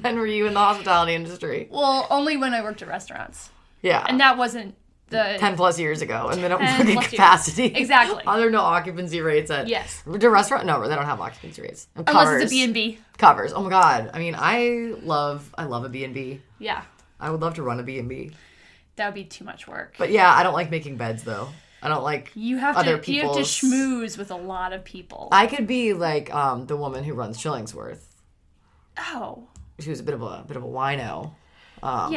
S1: when were you in the hospitality industry?
S2: Well, only when I worked at restaurants,
S1: Yeah,
S2: and that wasn't the
S1: ten plus years ago, and they don't
S2: 10
S1: look at
S2: plus years.
S1: capacity.
S2: Exactly.
S1: Oh, there are no occupancy rates at
S2: Yes.
S1: Do restaurant? No, they don't have occupancy rates. And
S2: unless
S1: covers,
S2: it's a B and B.
S1: Covers. Oh my god. I mean, I love I love a B and B.
S2: Yeah,
S1: I would love to run a B and B.
S2: that would be too much work.
S1: But yeah, I don't like making beds though. I don't like
S2: you have
S1: other
S2: to you have to
S1: people's-
S2: schmooze with a lot of people.
S1: I could be like um, the woman who runs Chillingsworth.
S2: oh,
S1: She was a bit of a bit of a wino.
S2: yeah.
S1: Um,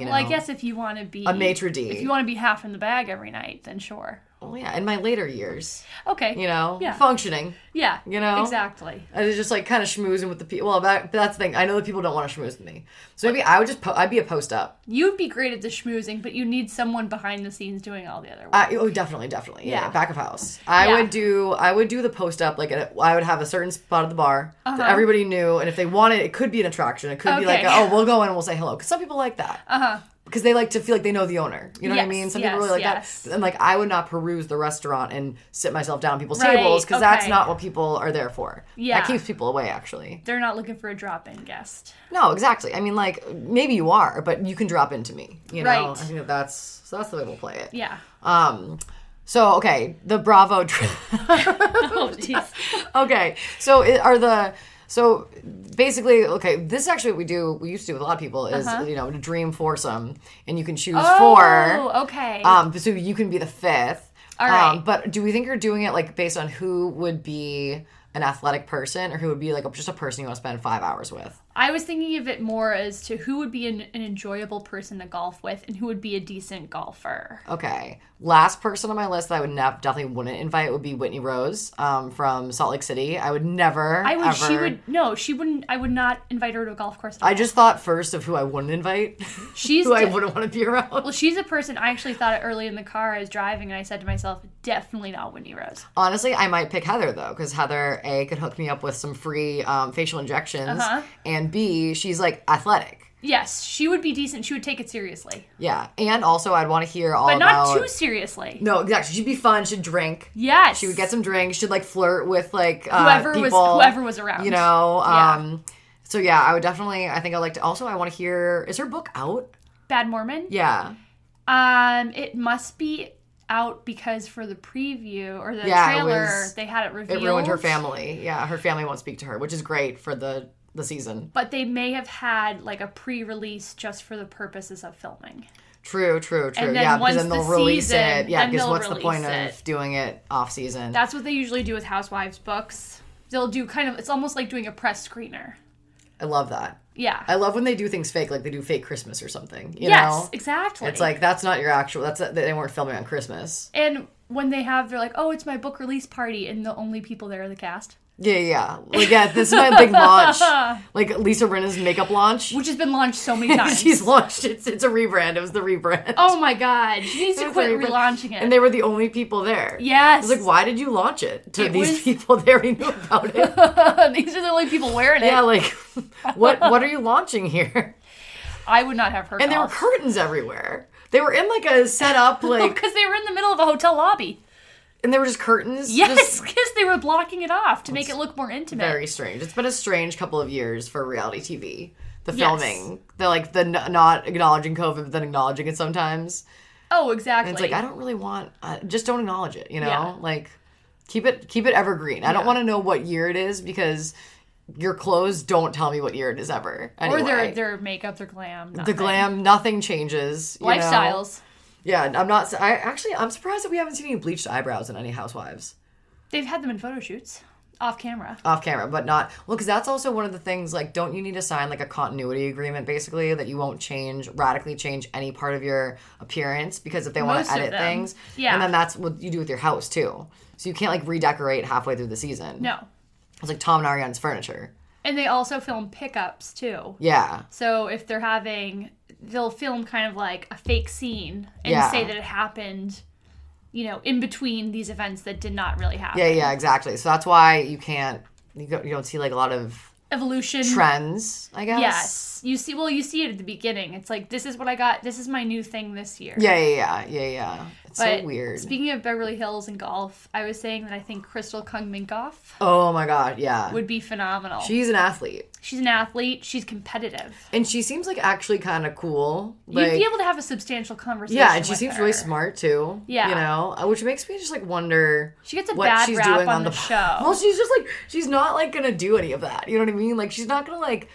S1: You know,
S2: Well, I guess if you want to be
S1: a maitre d.
S2: if you want to be half in the bag every night, then sure.
S1: well, yeah, in my later years,
S2: Okay.
S1: you know,
S2: Yeah.
S1: functioning.
S2: Yeah.
S1: you know?
S2: Exactly.
S1: I was just like kind of schmoozing with the people. Well, that, that's the thing. I know that people don't want to schmooze with me, so maybe I would just po- I'd be a post up.
S2: You'd be great at the schmoozing, but you need someone behind the scenes doing all the other work.
S1: I, oh, definitely, definitely, yeah,
S2: Yeah.
S1: back of house. I
S2: Yeah.
S1: would do I would do the post up like at a, I would have a certain spot at the bar that everybody knew, and if they wanted, it could be an attraction. It could be like
S2: Uh-huh. Okay. Uh-huh.
S1: oh, we'll go in and we'll say hello because some people like that. Uh huh. Because they like to feel like they know the owner. You know what I
S2: Yes,
S1: mean? Some
S2: yes,
S1: people really like
S2: yes.
S1: that. And like I would not peruse the restaurant and sit myself down at people's
S2: Right,
S1: tables because that's
S2: okay.
S1: not what people are there for.
S2: Yeah.
S1: that keeps people away actually.
S2: They're not looking for a drop-in guest.
S1: No, exactly. I mean, like maybe you are, but you can drop into me. You know,
S2: Right.
S1: I think that that's so that's the way we'll play it.
S2: Yeah.
S1: Um, so okay, the Bravo. Tri-
S2: Oh, jeez.
S1: okay, so it, are the so basically okay. This is actually what we do. We used to do with a lot of people is
S2: Uh-huh.
S1: you know a dream foursome, and you can choose four.
S2: Oh, okay.
S1: Um, so you can be the fifth.
S2: All right.
S1: Um, but do we think you're doing it like based on who would be an athletic person or who would be like a, just a person you want to spend five hours with.
S2: I was thinking of it more as to who would be an, an enjoyable person to golf with and who would be a decent golfer.
S1: Okay. Last person on my list that I would nev- definitely wouldn't invite would be Whitney Rose um, from Salt Lake City. I would never.
S2: I would. She
S1: ever-
S2: would. No, she wouldn't. I would not invite her to a golf course.
S1: I just thought first of who I wouldn't invite,
S2: She's.
S1: who I
S2: de-
S1: wouldn't want to be around.
S2: well, she's a person I actually thought of early in the car. I was driving and I said to myself, definitely not Whitney Rose.
S1: Honestly, I might pick Heather though, because Heather A could hook me up with some free um, facial injections,
S2: Uh-huh.
S1: and B she's like athletic.
S2: Yes, she would be decent. She would take it seriously,
S1: Yeah, and also I'd want to hear all
S2: but
S1: about.
S2: not too seriously.
S1: no, exactly. She'd be fun. She'd drink.
S2: Yes,
S1: She would get some drinks. She'd like flirt with like uh,
S2: whoever was
S1: people,
S2: whoever was around.
S1: You know.
S2: Yeah.
S1: Um. So yeah, I would definitely. I think I like to. Also, I want to hear. Is her book out?
S2: Bad Mormon.
S1: Yeah.
S2: Um, it must be out because for the preview or the
S1: Yeah, it
S2: trailer,
S1: was-
S2: they had it revealed.
S1: It ruined her family. Yeah, her family won't speak to her, which is great for the the season.
S2: But they may have had like a pre-release just for the purposes of filming.
S1: True, true, true.
S2: then
S1: yeah, because
S2: once
S1: then they'll
S2: the
S1: release
S2: season,
S1: it. Yeah,
S2: then
S1: because
S2: they'll
S1: what's the point
S2: release
S1: of doing it off season?
S2: That's what they usually do with housewives books. They'll do kind of it's almost like doing a press screener.
S1: I love that.
S2: Yeah.
S1: I love when they do things fake, like they do fake Christmas or something. Oh, You
S2: yes,
S1: know,
S2: exactly.
S1: it's like that's not your actual. That's uh, they weren't filming on Christmas.
S2: and when they have they're like, "Oh, it's my book release party," and the only people there are the cast,
S1: Yeah, yeah. Like yeah, this is my big launch. Like Lisa Rinna's makeup launch.
S2: which has been launched so many times.
S1: She's launched. It's it's a rebrand. It was the rebrand.
S2: oh my god, she needs to
S1: It's
S2: quit
S1: a rebrand.
S2: relaunching it.
S1: And they were the only people there.
S2: yes,
S1: It's like, why did you launch it to
S2: It
S1: these
S2: was-
S1: people? They already knew about it.
S2: these are the only people wearing it.
S1: yeah, like, what what are you launching here?
S2: I would not have her.
S1: And there were curtains everywhere. They were in like a setup, like,
S2: because they were in the middle of a hotel lobby.
S1: and there were just curtains.
S2: Yes,
S1: just
S2: because they were blocking it off to make it look more intimate.
S1: very strange. It's been a strange couple of years for reality TV. The
S2: Yes.
S1: filming, the like, the n- not acknowledging COVID, but then acknowledging it sometimes.
S2: oh, exactly.
S1: And it's like I don't really want. I just don't acknowledge it. You know,
S2: Yeah.
S1: like keep it keep it evergreen. I don't want to know what year it is because your clothes don't tell me what year it is ever. Anyway.
S2: or their their makeup, their glam,
S1: the
S2: nothing.
S1: glam, nothing changes. you know?
S2: lifestyles.
S1: Yeah, I'm not. I actually, I'm surprised that we haven't seen any bleached eyebrows in any Housewives
S2: They've had them in photo shoots off camera.
S1: off camera, but not well because that's also one of the things. Like, don't you need to sign like a continuity agreement basically that you won't change radically change any part of your appearance because if they want
S2: Most
S1: to
S2: of
S1: edit
S2: them.
S1: things,
S2: Yeah.
S1: and then that's what you do with your house too. So you can't like redecorate halfway through the season.
S2: No,
S1: it's like Tom and Ariane's furniture.
S2: and they also film pickups too.
S1: Yeah,
S2: So if they're having, they'll film kind of like a fake scene and
S1: Yeah.
S2: say that it happened, you know, in between these events that did not really happen.
S1: yeah, yeah, exactly. So that's why you can't. You, go, you don't see like a lot of
S2: Evolution.
S1: trends, I guess.
S2: Yes. You see, well, you see it at the beginning. It's like, this is what I got. This is my new thing this year.
S1: Yeah, yeah, yeah, yeah, yeah. It's
S2: But
S1: so weird.
S2: Speaking of Beverly Hills and golf, I was saying that I think Crystal Kung Minkoff
S1: oh my god, yeah.
S2: would be phenomenal.
S1: She's an athlete,
S2: She's an athlete. She's competitive.
S1: and she seems like actually kind of cool.
S2: You'd
S1: Like,
S2: be able to have a substantial conversation.
S1: yeah, and she
S2: with
S1: seems
S2: her.
S1: really smart too.
S2: Yeah.
S1: you know, uh, which makes me just like wonder
S2: She gets a
S1: what
S2: bad
S1: she's
S2: rap
S1: doing
S2: on,
S1: on,
S2: the, show.
S1: Well, she's just like she's not like gonna do any of that. You know what I mean? Like she's not gonna like.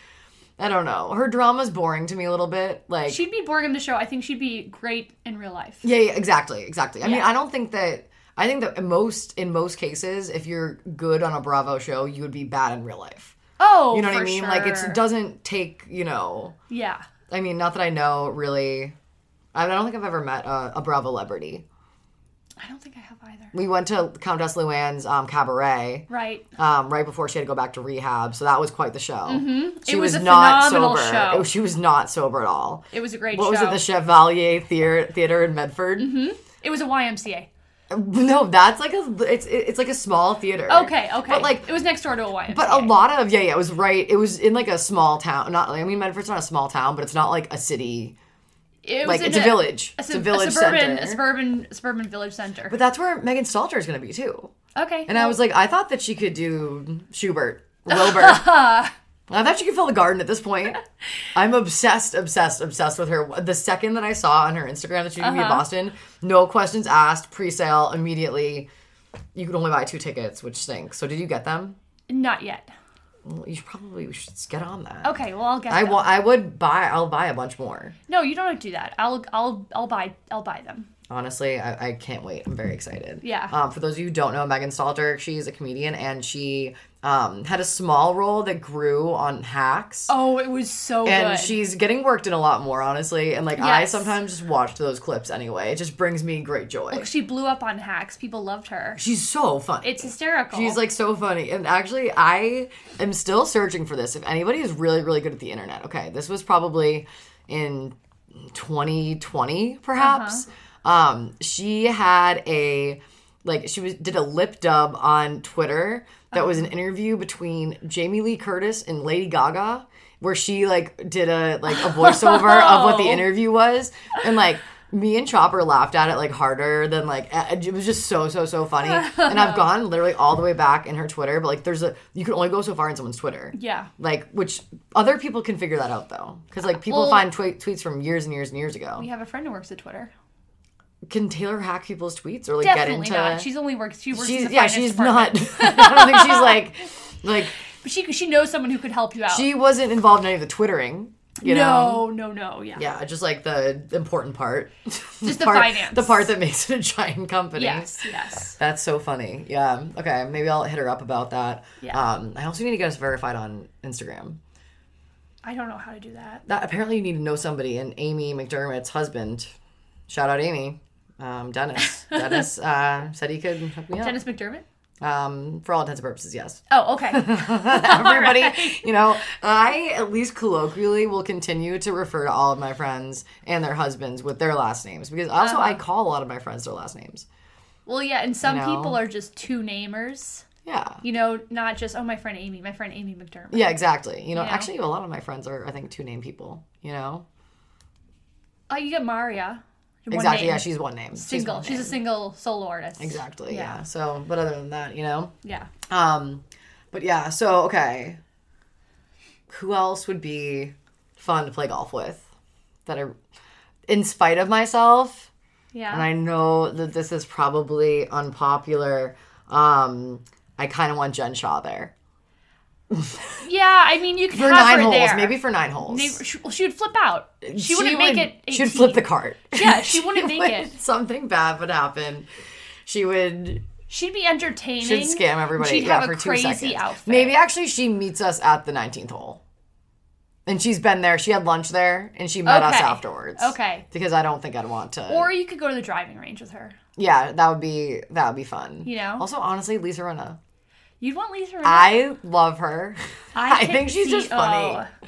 S1: I don't know. Her drama's boring to me a little bit. Like
S2: She'd be boring on the show. I think she'd be great in real life.
S1: Yeah, yeah, exactly, exactly. I mean,
S2: Yeah.
S1: I don't think that. I think that in most in most cases, if you're good on a Bravo show, you would be bad in real life.
S2: Oh,
S1: You know what
S2: for
S1: I mean? Like it's,
S2: sure.
S1: it doesn't take. You know,
S2: Yeah.
S1: I mean, not that I know really. I don't think I've ever met a, a Bravo celebrity.
S2: I don't think I have either.
S1: We went to Countess Luann's um, cabaret
S2: Right.
S1: um, right before she had to go back to rehab, so that was quite the show. She
S2: Mm-hmm. It was a phenomenal
S1: sober.
S2: show.
S1: It was- she was not sober at all.
S2: It was a great
S1: What was
S2: show. Mm-hmm.
S1: it? The Chevalier Theater, Theater in Medford.
S2: it was a YMCA.
S1: No, that's like a it's it's like a small theater.
S2: Okay, okay.
S1: But like
S2: it was next door to a YMCA.
S1: but a lot of yeah, yeah, it was right. It was in like a small town. Not like I mean Medford's not a small town, but it's not like a city.
S2: it was
S1: Like
S2: in
S1: it's a, village.
S2: A,
S1: it's
S2: sub-
S1: a village
S2: suburban,
S1: center.
S2: A suburban, suburban village center.
S1: but that's where Megan Stalter is going to be too.
S2: okay.
S1: And I was like, I thought that she could do Schubert, Wilbur. I thought she could fill the garden at this point. I'm obsessed, obsessed, obsessed with her. The second that I saw on her Instagram that she was going to be in Boston, no questions asked, pre-sale immediately. You could only buy two tickets, which stinks. So did you get them?
S2: not yet.
S1: Well, you should probably we should get on that.
S2: Okay, well I'll get.
S1: I
S2: them.
S1: will. I would buy. I'll buy a bunch more.
S2: No, you don't have to do that. I'll I'll I'll buy I'll buy them.
S1: honestly, I, I can't wait. I'm very excited.
S2: Yeah.
S1: Um, for those of you who don't know, Megan Stalter, she's a comedian and she um, had a small role that grew on Hacks.
S2: Oh, it was so
S1: and
S2: good.
S1: she's getting worked in a lot more, honestly. And like I
S2: Yes.
S1: sometimes just watch those clips anyway. It just brings me great joy.
S2: she blew up on hacks. People loved her.
S1: she's so funny.
S2: It's hysterical.
S1: She's like so funny. And actually, I am still searching for this. If anybody is really, really good at the internet, okay, this was probably in 2020, perhaps. Um, she had a like she was did a lip dub on Twitter that was an interview between Jamie Lee Curtis and Lady Gaga, where she like did a like a voiceover of what the
S2: Oh.
S1: interview was, and like. Me and Chopper laughed at it like harder than like a- it was just so so so funny. And I've gone literally all the way back in her Twitter, but like there's a you can only go so far in someone's Twitter.
S2: yeah.
S1: Like which other people can figure that out though, because like people
S2: Well-
S1: find twe- tweets from years and years and years ago.
S2: We have a friend who works at Twitter.
S1: Can Taylor hack people's tweets or like
S2: Definitely
S1: get into?
S2: not. She's only works. She works. in
S1: she's
S2: the
S1: yeah
S2: finance
S1: she's
S2: department.
S1: not i don't think she's like like
S2: But she she knows someone who could help you out.
S1: she wasn't involved in any of the twittering you know
S2: no, no, no. Yeah.
S1: yeah just like the important part
S2: Just the
S1: part,
S2: finance.
S1: the part that makes it a giant company
S2: Yes. Yes.
S1: that's so funny yeah okay maybe i'll hit her up about that
S2: Yeah.
S1: um i also need to get us verified on instagram
S2: I don't know how to do that.
S1: that apparently you need to know somebody and amy mcdermott's husband shout out amy um, Dennis. Dennis uh, said he could hook me up.
S2: Dennis McDermott.
S1: Um, for all intents and purposes, yes.
S2: Oh, okay.
S1: everybody you know i at least colloquially will continue to refer to all of my friends and their husbands with their last names because also i
S2: Uh-huh.
S1: call a lot of my friends their last names
S2: well, yeah. And some
S1: No.
S2: people are just two namers.
S1: yeah
S2: You know, not just oh my friend Amy, my friend Amy McDermott.
S1: yeah exactly you know
S2: Yeah.
S1: actually a lot of my friends are i think two name people you know
S2: Oh, you get Maria. One
S1: exactly
S2: name.
S1: yeah she's one name she's
S2: single.
S1: one
S2: She's, a
S1: name.
S2: single solo artist.
S1: exactly yeah.
S2: Yeah.
S1: so but other than that you know
S2: Yeah.
S1: um but yeah so okay who else would be fun to play golf with that i in spite of myself
S2: Yeah.
S1: and I know that this is probably unpopular. Um, I kind of want Jen Shaw there
S2: yeah. I mean, you could
S1: for
S2: have
S1: nine
S2: her
S1: holes,
S2: there.
S1: maybe for nine holes.
S2: They- she, well, she would flip out. She, wouldn't
S1: would-
S2: make it. 18.
S1: She would flip the cart.
S2: Yeah, she wouldn't
S1: She
S2: make
S1: would-
S2: it.
S1: Something bad would happen. She would
S2: She'd be entertaining.
S1: should scam everybody.
S2: She'd
S1: yeah,
S2: have
S1: for
S2: a
S1: two
S2: crazy
S1: seconds.
S2: outfit.
S1: Maybe actually she meets us at the nineteenth hole. And she's been there. She had lunch there, and she met us
S2: Okay.
S1: afterwards.
S2: Okay.
S1: Because I don't think I'd want to.
S2: Or you could go to the driving range with her.
S1: yeah, that would be that would be fun.
S2: You know?
S1: Also, honestly, Lisa Rinna.
S2: You'd want Lisa. Rinna.
S1: I love her. I,
S2: can
S1: think she's
S2: see-
S1: just funny.
S2: oh.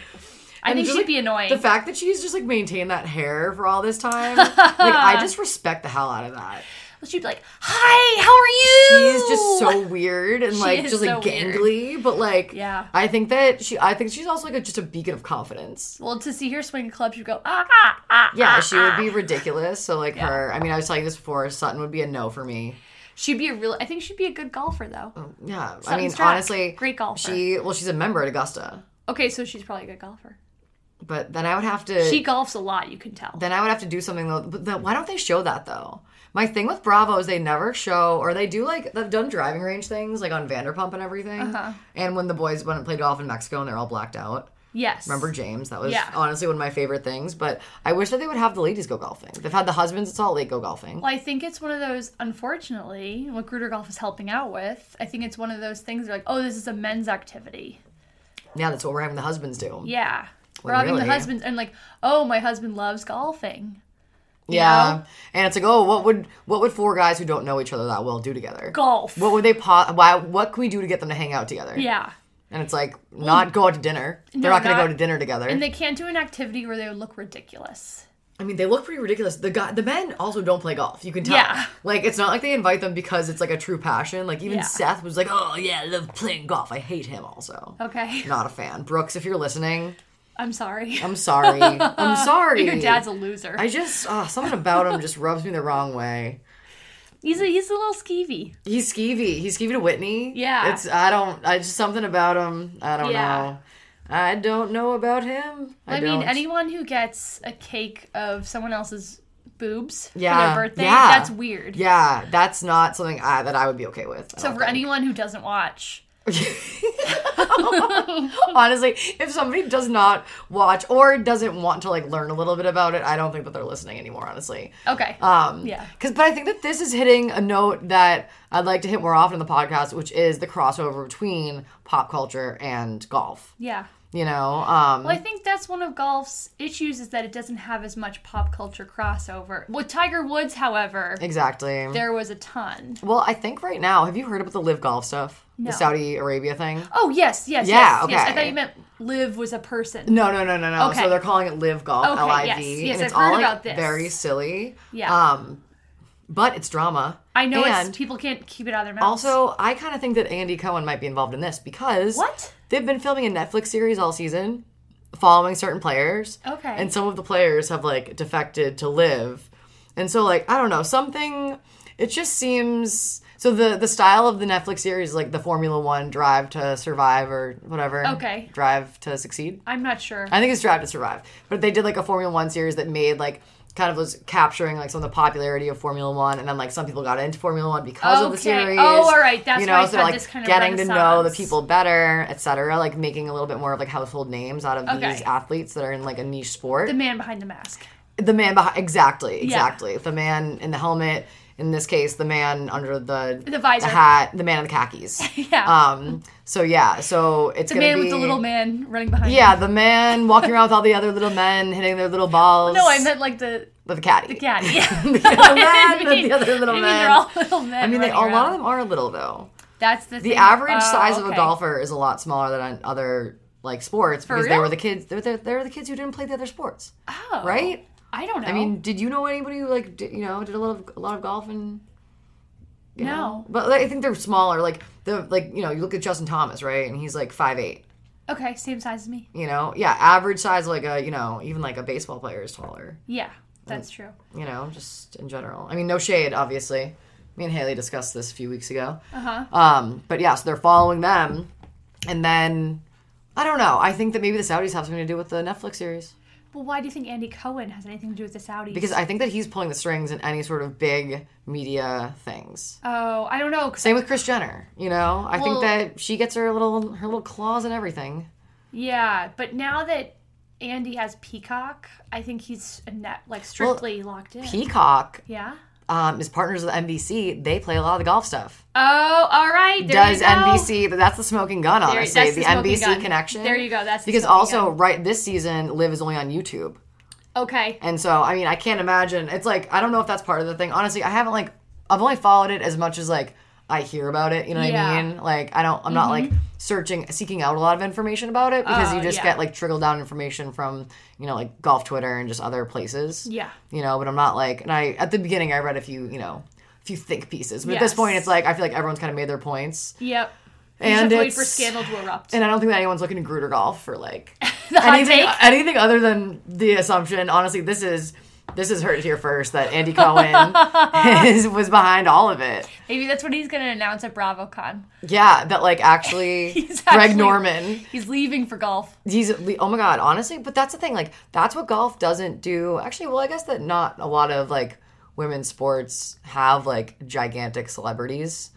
S2: I
S1: And
S2: think
S1: just,
S2: she'd
S1: like,
S2: be annoying.
S1: The fact that she's just like maintained that hair for all this time, like I just respect the hell out of that.
S2: she'd be like, "Hi, how are you?"
S1: She's just so weird and like
S2: is
S1: just like
S2: so weird.
S1: gangly, but like
S2: Yeah.
S1: I think that she, I think she's also like a, just a beacon of confidence.
S2: Well, to see her swing club, she'd go, "Ah, ah, ah."
S1: Yeah,
S2: ah,
S1: she
S2: ah."
S1: would be ridiculous. So like her, I mean, I was telling you this before. Sutton would be a no for me.
S2: She'd be a real. I think she'd be a good golfer though.
S1: Yeah, Mm, I
S2: Sutton
S1: mean,
S2: Strack,
S1: honestly,
S2: great golfer.
S1: She well, she's a member at Augusta,
S2: Okay, so she's probably a good golfer.
S1: but then I would have to.
S2: She golfs a lot. You can tell.
S1: then I would have to do something though. But then
S2: Hmm.
S1: why don't they show that though? My thing with Bravo is they never show, or they do like they've done driving range things like on Vanderpump and everything.
S2: Uh-huh.
S1: And when the boys went and played golf in Mexico and they're all blacked out.
S2: yes.
S1: Remember James? That was
S2: Yeah.
S1: honestly one of my favorite things. But I wish that they would have the ladies go golfing. They've had the husbands at Salt Lake go golfing.
S2: Well, I think it's one of those, unfortunately, what Gruder Golf is helping out with. I think it's one of those things where, like, oh, this is a men's activity.
S1: Yeah, that's what we're having the husbands do. Yeah,
S2: Yeah. We're
S1: Well,
S2: having
S1: really.
S2: the husbands, and like, oh, my husband loves golfing.
S1: and it's like, oh, what would what would four guys who don't know each other that well do together?
S2: Golf.
S1: What would they? Po- why? What can we do to get them to hang out together?
S2: yeah.
S1: And it's like, not go out to dinner. They're not going to
S2: not-
S1: go to dinner together.
S2: And they can't do an activity where they would look ridiculous.
S1: I mean, they look pretty ridiculous. The guy, the men also don't play golf. You can tell.
S2: Yeah.
S1: Like it's not like they invite them because it's like a true passion. Like even
S2: Yeah.
S1: Seth was like, "Oh yeah, I love playing golf. I hate him also.
S2: Okay.
S1: Not a fan." Brooks, if you're listening,
S2: I'm sorry.
S1: I'm sorry. I'm sorry.
S2: Your dad's a loser.
S1: I just ah, something about him just rubs me the wrong way.
S2: he's, a, he's a little skeevy.
S1: He's skeevy. He's skeevy to Whitney.
S2: Yeah.
S1: It's I don't. I just something about him. I don't
S2: Yeah.
S1: know. I don't know about him.
S2: I,
S1: I,
S2: mean,
S1: don't.
S2: anyone who gets a cake of someone else's boobs
S1: Yeah.
S2: for their birthday,
S1: Yeah.
S2: that's weird.
S1: Yeah, that's not something I, that I would be okay with. I
S2: So
S1: don't
S2: for
S1: think.
S2: anyone who doesn't watch,
S1: Honestly, if somebody does not watch or doesn't want to like learn a little bit about it, I don't think that they're listening anymore, honestly.
S2: Okay.
S1: Um,
S2: Yeah.
S1: Because, but I think that this is hitting a note that I'd like to hit more often in the podcast, which is the crossover between pop culture and golf.
S2: yeah.
S1: You know, um,
S2: Well, I think that's one of golf's issues is that it doesn't have as much pop culture crossover. With Tiger Woods, however,
S1: exactly.
S2: there was a ton.
S1: Well, I think right now, have you heard about the live golf stuff?
S2: No.
S1: The Saudi Arabia thing?
S2: Oh yes, yes,
S1: Yeah,
S2: yes, yes. I
S1: okay.
S2: thought you meant Liv was a person.
S1: No, no, no, no, no.
S2: Okay.
S1: So they're calling it Live Golf,
S2: Okay,
S1: L I
S2: yes,
S1: V.
S2: yes,
S1: and it's
S2: I've heard
S1: all like,
S2: about this.
S1: very silly.
S2: Yeah.
S1: Um, but it's drama.
S2: I know
S1: and
S2: it's people can't keep it out of their mouths.
S1: also, I kind of think that Andy Cohen might be involved in this because
S2: What?
S1: they've been filming a Netflix series all season, following certain players.
S2: Okay.
S1: And some of the players have like defected to Live, and so like I don't know something. It just seems so. the The style of the Netflix series is like the Formula One Drive to Survive or whatever.
S2: Okay.
S1: Drive to Succeed.
S2: I'm not sure.
S1: I think it's Drive to Survive. But they did like a Formula One series that made like kind of was capturing like some of the popularity of Formula One, and then like some people got into Formula One because of the
S2: Okay.
S1: series.
S2: Oh, all right. That's
S1: you
S2: why
S1: know,
S2: it's
S1: so
S2: had
S1: like
S2: this kind of
S1: getting to know the
S2: renaissance.
S1: people better, etc. Like making a little bit more of like household names out of
S2: Okay.
S1: these athletes that are in like a niche sport.
S2: the man behind the mask.
S1: The, man behind, exactly, exactly. The man in the helmet. In this case, the man under the
S2: The visor.
S1: hat, the man in the khakis.
S2: Yeah.
S1: Um. So yeah. So it's
S2: the
S1: gonna
S2: man
S1: be
S2: with the little man running behind.
S1: yeah, the man walking around with all the other little men hitting their little balls.
S2: Him. No, I meant like the
S1: with a caddy.
S2: the cat. Yeah.
S1: the little
S2: I
S1: man
S2: didn't
S1: with
S2: mean-
S1: the other little
S2: I mean,
S1: men.
S2: they're all little men.
S1: I mean, they, a
S2: running
S1: lot
S2: around.
S1: of them are little though.
S2: That's the
S1: The
S2: thing.
S1: average
S2: Oh,
S1: size of a
S2: okay.
S1: golfer is a lot smaller than on other like sports because they
S2: real?
S1: were the kids. They're, they're, they're the kids who didn't play the other sports,
S2: Oh,
S1: right?
S2: I don't know.
S1: I mean, did you know anybody who like did, you know did a lot of a lot of golf and you
S2: No.
S1: know? But like, I think they're smaller. Like the like you know you look at Justin Thomas right, and he's like five eight.
S2: okay, same size as me.
S1: You know, yeah, average size like a you know even like a baseball player is taller.
S2: Yeah, that's true.
S1: you know, just in general. I mean, no shade, obviously. Me and Haley discussed this a few weeks ago.
S2: Uh huh.
S1: Um, but yeah, so they're following them, and then I don't know. I think that maybe the Saudis have something to do with the Netflix series
S2: Well, why do you think Andy Cohen has anything to do with the Saudis?
S1: because I think that he's pulling the strings in any sort of big media things.
S2: oh, I don't know. 'cause-
S1: Same with Chris Jenner, you know. I
S2: Well-
S1: think that she gets her little her little claws and everything.
S2: yeah, but now that Andy has Peacock, I think he's a net like strictly locked in.
S1: Peacock
S2: yeah.
S1: um, is partners with NBC. They play a lot of the golf stuff.
S2: Oh, all right. There
S1: Does
S2: you go.
S1: NBC? But that's the smoking gun,
S2: There-
S1: honestly.
S2: that's
S1: the,
S2: smoking
S1: NBC
S2: gun.
S1: connection.
S2: There you go. That's the
S1: Because
S2: smoking
S1: also,
S2: gun.
S1: right this season, Live is only on YouTube,
S2: okay.
S1: and so I mean, I can't imagine. It's like I don't know if that's part of the thing. Honestly, I haven't like I've only followed it as much as like I hear about it. You know what
S2: Yeah. Mm-hmm.
S1: I mean? Like I don't. I'm not like searching, seeking out a lot of information about it because
S2: Oh,
S1: you just
S2: yeah.
S1: get like trickle down information from you know like golf Twitter and just other places.
S2: Yeah.
S1: You know, but I'm not like. And I at the beginning I read a few you know a few think pieces, but at this
S2: Yes.
S1: point it's like I feel like everyone's kind of made their points.
S2: Yep.
S1: And
S2: you should wait for
S1: it's-
S2: scandal to erupt.
S1: And I don't think that anyone's looking to Gruder Golf for like
S2: the hot
S1: anything,
S2: take.
S1: anything other than the assumption. Honestly, this is this is heard here first that Andy Cohen is, was behind all of it.
S2: Maybe that's what he's going to announce at BravoCon.
S1: Yeah, that like actually
S2: He's
S1: Greg
S2: actually-
S1: Norman.
S2: He's leaving for golf.
S1: He's oh my god, honestly, but that's the thing. Like that's what golf doesn't do. Actually, well, I guess that not a lot of like women's sports have like gigantic celebrities.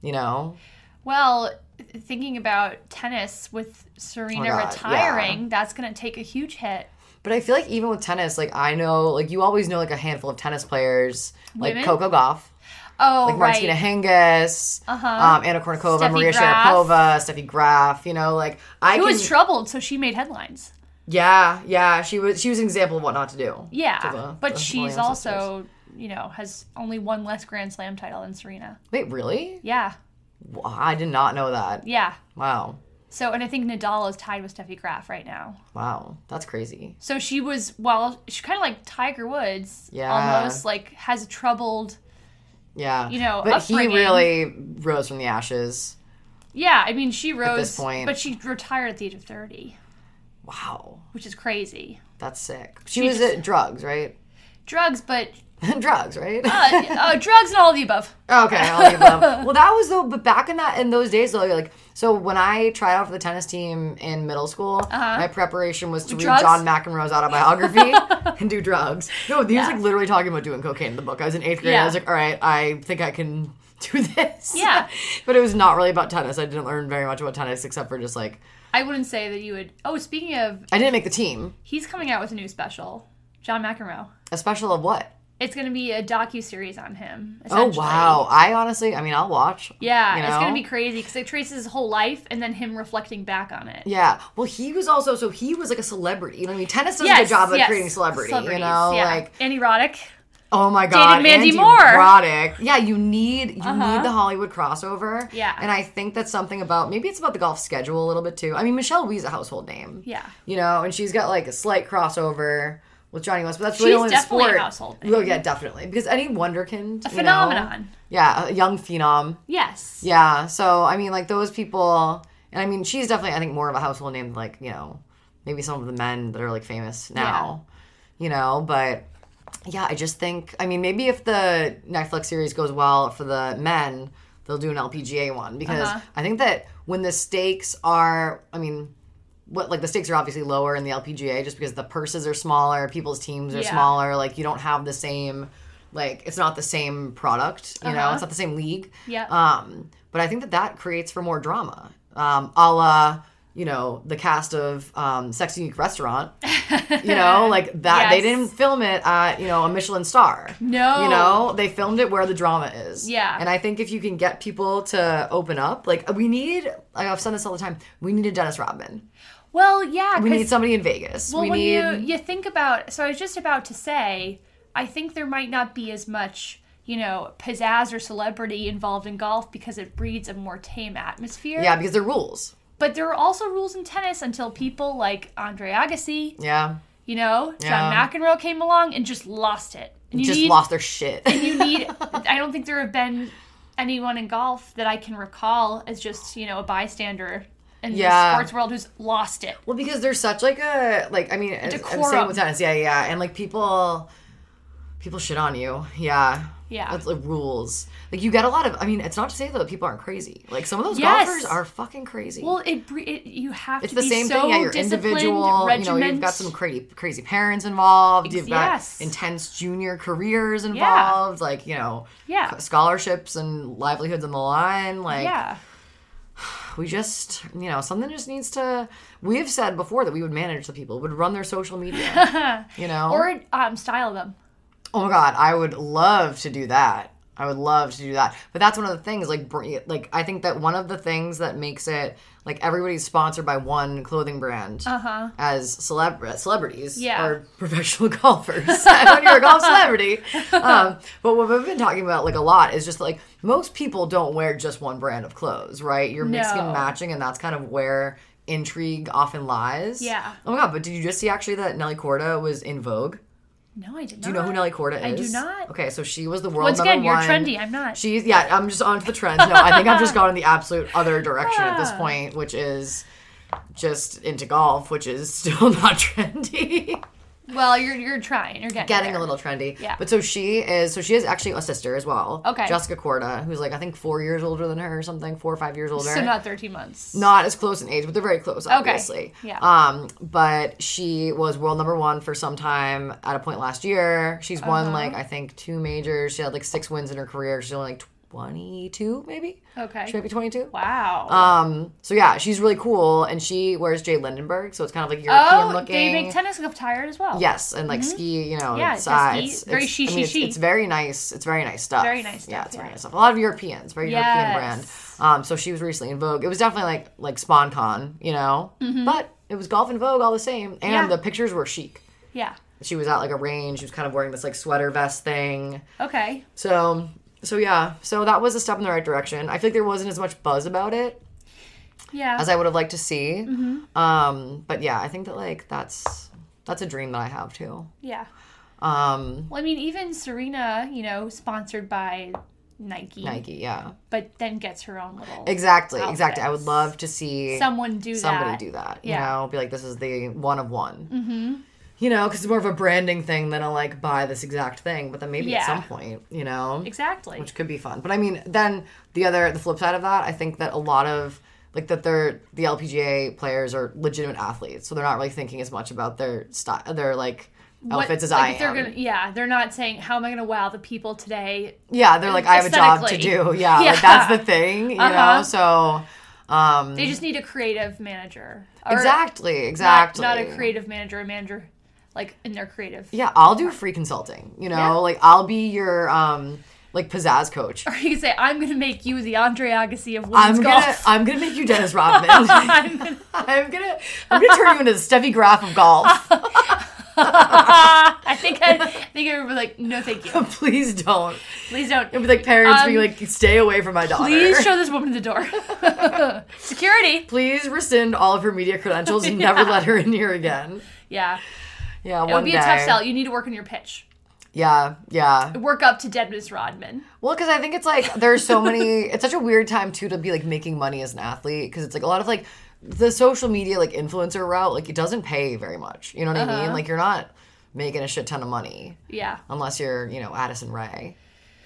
S1: You know,
S2: Well, thinking about tennis with Serena
S1: Oh, God,
S2: retiring, that's going to take a huge hit.
S1: But I feel like even with tennis, like I know, like you always know, like a handful of tennis players, like
S2: Women?
S1: Coco Gauff,
S2: Oh,
S1: like
S2: right.
S1: Martina Hingis,
S2: Uh-huh.
S1: um, Anna Kournikova,
S2: Steffi
S1: Maria
S2: Graf.
S1: Sharapova, Steffi Graf. You know, like I
S2: It
S1: can,
S2: was troubled, so she made headlines.
S1: yeah, yeah. She was she was an example of what not to do.
S2: Yeah,
S1: To the-
S2: but
S1: the
S2: she's
S1: Williams sisters.
S2: also, you know, has only one less Grand Slam title than Serena.
S1: wait, really?
S2: Yeah,
S1: Wow, I did not know that.
S2: yeah.
S1: Wow,
S2: So, and I think Nadal is tied with Steffi Graf right now.
S1: wow, that's crazy.
S2: So she was, well, she's kind of like Tiger Woods,
S1: Yeah.
S2: almost like has a troubled.
S1: Yeah,
S2: You know,
S1: but
S2: upbringing.
S1: he really rose from the ashes.
S2: Yeah, I mean, she rose,
S1: this point-
S2: but she retired at the age of thirty,
S1: Wow,
S2: which is crazy.
S1: that's sick. She,
S2: She
S1: was
S2: just-
S1: at drugs, right?
S2: Drugs, but
S1: drugs, right?
S2: uh, uh, drugs and all of the above.
S1: Okay, I'll leave them. well, that was though, but back in that in those days though, like so when I tried out for the tennis team in middle school, my preparation was to read
S2: Uh-huh. Drugs?
S1: John McEnroe's autobiography and do drugs. No, he was like literally talking about doing cocaine in the book. I was in eighth grade.
S2: Yeah.
S1: I was like, all right, I think I can do this.
S2: Yeah.
S1: but it was not really about tennis. I didn't learn very much about tennis except for just like
S2: I wouldn't say that you would. Oh, speaking of,
S1: I didn't make the team.
S2: he's coming out with a new special, John McEnroe.
S1: A special of what?
S2: It's going to be a docu series on him.
S1: Oh
S2: essentially.
S1: wow! I honestly, I mean, I'll watch.
S2: Yeah,
S1: You
S2: it's
S1: know?
S2: going to be crazy because it traces his whole life and then him reflecting back on it.
S1: Yeah. Well, he was also so he was like a celebrity. You know, what I mean, tennis does a
S2: Yes,
S1: good job of
S2: yes.
S1: creating celebrity. You
S2: Celebrities,
S1: know,
S2: yeah.
S1: like
S2: and erotic.
S1: oh my god,
S2: Mandy
S1: Andy
S2: Moore.
S1: Roddick. Yeah, you need you
S2: Uh-huh.
S1: need the Hollywood crossover.
S2: Yeah.
S1: and I think that's something about maybe it's about the golf schedule a little bit too. I mean, Michelle Wee's a household name.
S2: Yeah.
S1: you know, and she's got like a slight crossover with Johnny West, but that's really
S2: She's
S1: only
S2: definitely a
S1: the sport.
S2: household name.
S1: Well, yeah, definitely because any Wonderkind,
S2: A
S1: you know-
S2: phenomenon.
S1: yeah, a young phenom.
S2: Yes.
S1: Yeah. So I mean, like those people, and I mean, she's definitely I think more of a household name, than, like you know, maybe some of the men that are like famous now, you know. But yeah, I just think I mean maybe if the Netflix series goes well for the men, they'll do an LPGA one because
S2: Uh-huh.
S1: I think that when the stakes are, I mean. What, like the stakes are obviously lower in the LPGA just because the purses are smaller, people's teams are
S2: Yeah.
S1: smaller. Like you don't have the same, like it's not the same product. You know,
S2: Uh-huh.
S1: it's not the same league.
S2: Yep.
S1: Um, but I think that that creates for more drama, um, a la you know the cast of um, Sex Unique Restaurant. You know, like that they
S2: Yes.
S1: didn't film it at you know a Michelin star.
S2: No.
S1: you know they filmed it where the drama is.
S2: Yeah.
S1: and I think if you can get people to open up, like we need, like I've said this all the time, we need a Dennis Rodman.
S2: Well, yeah,
S1: We
S2: 'cause-
S1: need somebody in Vegas.
S2: well,
S1: we
S2: when
S1: need.
S2: you you think about, so I was just about to say, I think there might not be as much, you know, pizzazz or celebrity involved in golf because it breeds a more tame atmosphere.
S1: yeah, because they're rules.
S2: But there are also rules in tennis until people like Andre Agassi,
S1: Yeah,
S2: you know,
S1: Yeah.
S2: John McEnroe came along and just lost it. And you
S1: just
S2: need,
S1: lost their shit.
S2: You need. I don't think there have been anyone in golf that I can recall as just you know a bystander in
S1: Yeah.
S2: the sports world who's lost it.
S1: Well, because there's such like a like I mean, as- I'm saying
S2: decorum.
S1: with tennis, yeah, yeah, and like people, people shit on you, yeah,
S2: Yeah.
S1: That's like rules. Like you get a lot of. I mean, it's not to say though that people aren't crazy. Like some of those
S2: Yes.
S1: golfers are fucking crazy.
S2: Well, it, bre- it you have
S1: it's
S2: to
S1: the
S2: be
S1: same
S2: so
S1: thing. Yeah, your
S2: disciplined,
S1: individual.
S2: regiment.
S1: You know, you've got some crazy, crazy parents involved.
S2: Ex-
S1: You've got
S2: yes.
S1: intense junior careers involved. Like you know,
S2: Yeah.
S1: scholarships and livelihoods on the line. Like
S2: yeah,
S1: we just you know something just needs to we have said before that we would manage the people would run their social media you know
S2: or um, style them.
S1: oh my god i would love to do that i would love to do that but that's one of the things like br- like i think that one of the things that makes it like everybody's sponsored by one clothing brand
S2: Uh-huh.
S1: as celeb- uh, celebrities
S2: Yeah.
S1: or professional golfers when you're a golf celebrity um, but what we've been talking about like a lot is just like most people don't wear just one brand of clothes right you're mixing and
S2: No.
S1: matching and that's kind of where intrigue often lies
S2: Yeah.
S1: oh my god but did you just see actually that nelly corda was in vogue
S2: No, I did not.
S1: do you know who Nelly Korda is?
S2: I do not.
S1: Okay, so she was the world
S2: Once again,
S1: number
S2: you're
S1: one.
S2: trendy. I'm not.
S1: She's yeah. I'm just on to the trends. No, I think I've just gone in the absolute other direction at this
S2: Ah.
S1: point, which is just into golf, which is still not trendy.
S2: well, you're you're trying. You're getting
S1: Getting
S2: there.
S1: a little trendy.
S2: Yeah.
S1: But so she is. So she is actually a sister as well.
S2: Okay.
S1: Jessica Korda, who's like I think four years older than her or something, four or five years older
S2: So not 13 months.
S1: not as close in age, but they're very close, obviously.
S2: Yeah.
S1: Um, but she was world number one for some time at a point last year. She's won
S2: Uh-huh.
S1: like I think two majors. She had like six wins in her career. She's only like twenty two, maybe.
S2: Okay.
S1: She might be twenty two.
S2: Wow.
S1: Um, so yeah, she's really cool, and she wears Jay Lindenberg, so it's kind of like European
S2: oh,
S1: looking.
S2: they make tennis golf tired as well.
S1: Yes, and like ski, you know,
S2: Mm-hmm. Yeah,
S1: it's,
S2: it's a
S1: uh,
S2: ski-
S1: it's,
S2: very
S1: it's-
S2: she,
S1: I mean,
S2: she,
S1: it's,
S2: she.
S1: it's very nice. It's very nice stuff.
S2: Very nice
S1: Yeah,
S2: stuff,
S1: it's very
S2: yeah.
S1: nice stuff. A lot of Europeans, very European brand.
S2: Yes.
S1: Um, so she was recently in Vogue. It was definitely like like SpawnCon, you know, but it was golf and Vogue all the same, and
S2: Mm-hmm. Yeah.
S1: the pictures were chic.
S2: Yeah.
S1: She was at like a range. She was kind of wearing this like sweater vest thing.
S2: Okay.
S1: So so yeah, so that was a step in the right direction. I feel like there wasn't as much buzz about it
S2: Yeah.
S1: as I would have liked to see.
S2: Mm-hmm.
S1: Um, but yeah, I think that like that's that's a dream that I have too.
S2: yeah.
S1: Um,
S2: Well, I mean, even Serena, you know, sponsored by Nike,
S1: Nike, yeah.
S2: but then gets her own little.
S1: Exactly, exactly. I would
S2: outfits.
S1: love to see
S2: Someone do
S1: somebody
S2: that.
S1: do that.
S2: Yeah.
S1: You know, be like, this is the one of one. Mm-hmm. You know, because it's more of a branding thing than a like buy this exact thing, but then maybe at
S2: Yeah.
S1: some point, you know,
S2: Exactly.
S1: which could be fun. But I mean, then the other, the flip side of that, I think that a lot of like that they're the LPGA players are legitimate athletes, so they're not really thinking as much about their style, their like
S2: What-
S1: outfits as
S2: like,
S1: I
S2: if they're
S1: am.
S2: Gonna, yeah, they're not saying how am I going to wow the people today.
S1: Yeah, they're like, I have a job to do.
S2: Aesthetically.
S1: Yeah,
S2: Yeah.
S1: Like, that's the thing, you know?
S2: Uh-huh.
S1: So, Um,
S2: They just need a creative manager. Or
S1: exactly,
S2: not-
S1: exactly.
S2: Not, a creative manager, a manager like in their creative.
S1: Yeah, I'll do free consulting. You know,
S2: Yeah.
S1: like I'll be your um like pizzazz coach.
S2: Or you can say, I'm gonna make you the Andre Agassi of
S1: I'm
S2: women's
S1: gonna
S2: golf.
S1: I'm gonna make you Dennis Rodman. I'm
S2: I'm gonna-
S1: gonna I'm gonna turn you into the Steffi Graf of golf.
S2: I think I, I think I would be like, no, thank you.
S1: Please don't.
S2: Please don't.
S1: It'd be like parents
S2: Um,
S1: being like, stay away from my daughter.
S2: Please show this woman the door. Security.
S1: Please rescind all of her media credentials and never let her in here again.
S2: Yeah,
S1: Yeah,
S2: it
S1: one
S2: would be
S1: day.
S2: a tough sell. You need to work on your pitch.
S1: Yeah, yeah.
S2: Work up to Dennis Rodman.
S1: Well, because I think it's like there's so many. It's such a weird time too to be like making money as an athlete because it's like a lot of like the social media like influencer route. Like it doesn't pay very much. You know what I
S2: Uh-huh.
S1: mean? Like you're not making a shit ton of money
S2: Yeah.
S1: unless you're you know Addison Ray.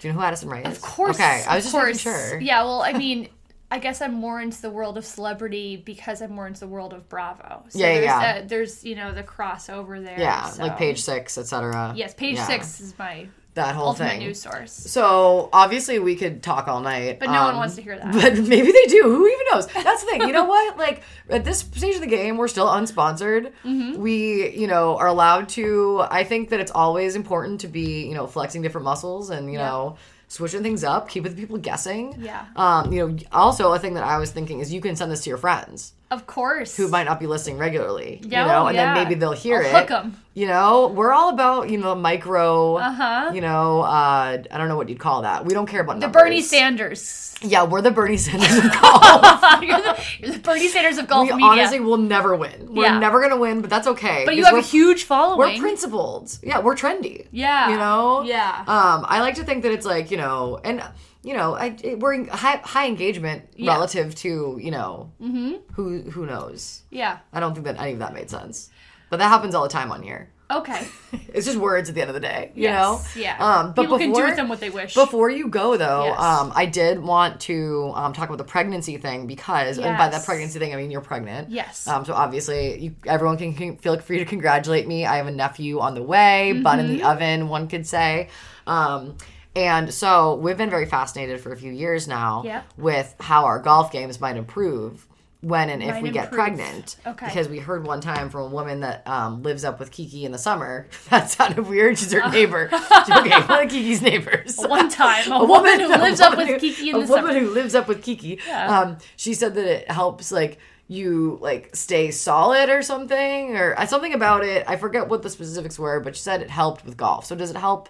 S1: Do you know who Addison Ray is?
S2: Of course.
S1: Okay, I was just
S2: of course.
S1: making sure.
S2: Yeah, well, I mean, I guess I'm more into the world of celebrity because I'm more into the world of Bravo. So
S1: Yeah, yeah,
S2: there's
S1: yeah.
S2: That, there's, you know, the crossover there.
S1: Yeah,
S2: so-
S1: like page six, etc.
S2: Yes, page six is my
S1: That whole
S2: ultimate
S1: thing.
S2: news source.
S1: So obviously we could talk all night,
S2: But no one
S1: um,
S2: wants to hear that.
S1: But maybe they do. Who even knows? That's the thing. You know what? Like at this stage of the game, we're still unsponsored.
S2: Mm-hmm.
S1: We, you know, are allowed to. I think that it's always important to be, you know, flexing different muscles and you
S2: Yeah.
S1: know switching things up, keeping the people guessing.
S2: Yeah.
S1: Um, you know, also a thing that I was thinking is you can send this to your friends
S2: Of course.
S1: who might not be listening regularly.
S2: Yeah,
S1: you know,
S2: oh,
S1: and
S2: yeah.
S1: then maybe they'll hear
S2: I'll
S1: it.
S2: hook 'em.
S1: You know, we're all about you know micro.
S2: Uh-huh.
S1: You know, uh, I don't know what you'd call that. We don't care about
S2: the
S1: numbers.
S2: Bernie Sanders.
S1: Yeah, we're the Bernie Sanders of golf.
S2: you're, the, you're the Bernie Sanders of golf
S1: we
S2: media.
S1: honestly will never win. We're
S2: Yeah.
S1: never gonna win, but that's okay.
S2: but you
S1: because
S2: have a huge
S1: we're,
S2: following.
S1: we're principled. Yeah, we're trendy.
S2: Yeah.
S1: you know.
S2: Yeah.
S1: Um, I like to think that it's like you know, and you know, I it- we're in high high engagement
S2: Yeah. Mm-hmm.
S1: relative to you know who who knows.
S2: yeah.
S1: I don't think that any of that made sense. But that happens all the time on here.
S2: Okay.
S1: It's just words at the end of the day, you
S2: Yes,
S1: know?
S2: Yeah.
S1: Um, but
S2: People
S1: before,
S2: can do with them what they wish.
S1: before you go, though,
S2: Yes.
S1: um, I did want to um, talk about the pregnancy thing because, and by that
S2: Yes.
S1: pregnancy thing, I mean you're pregnant.
S2: Yes.
S1: Um, so obviously, you, everyone can, can feel free to congratulate me. I have a nephew on the way, bun in the
S2: Mm-hmm.
S1: oven, one could say. Um, and so we've been very fascinated for a few years now
S2: Yep.
S1: with how our golf games might improve when and if
S2: Might
S1: we get
S2: improve.
S1: pregnant.
S2: Okay.
S1: Because we heard one time from a woman that um, lives up with Kiki in the summer. That sounded weird. She's her neighbor. okay, one of Kiki's neighbors.
S2: one time, a,
S1: A
S2: woman, who
S1: a
S2: lives up
S1: woman
S2: with
S1: who-
S2: Kiki in
S1: a
S2: the
S1: woman
S2: summer.
S1: who lives up with Kiki.
S2: Yeah.
S1: Um, she said that it helps like you like stay solid or something or uh, something about it. I forget what the specifics were, but she said it helped with golf. So does it help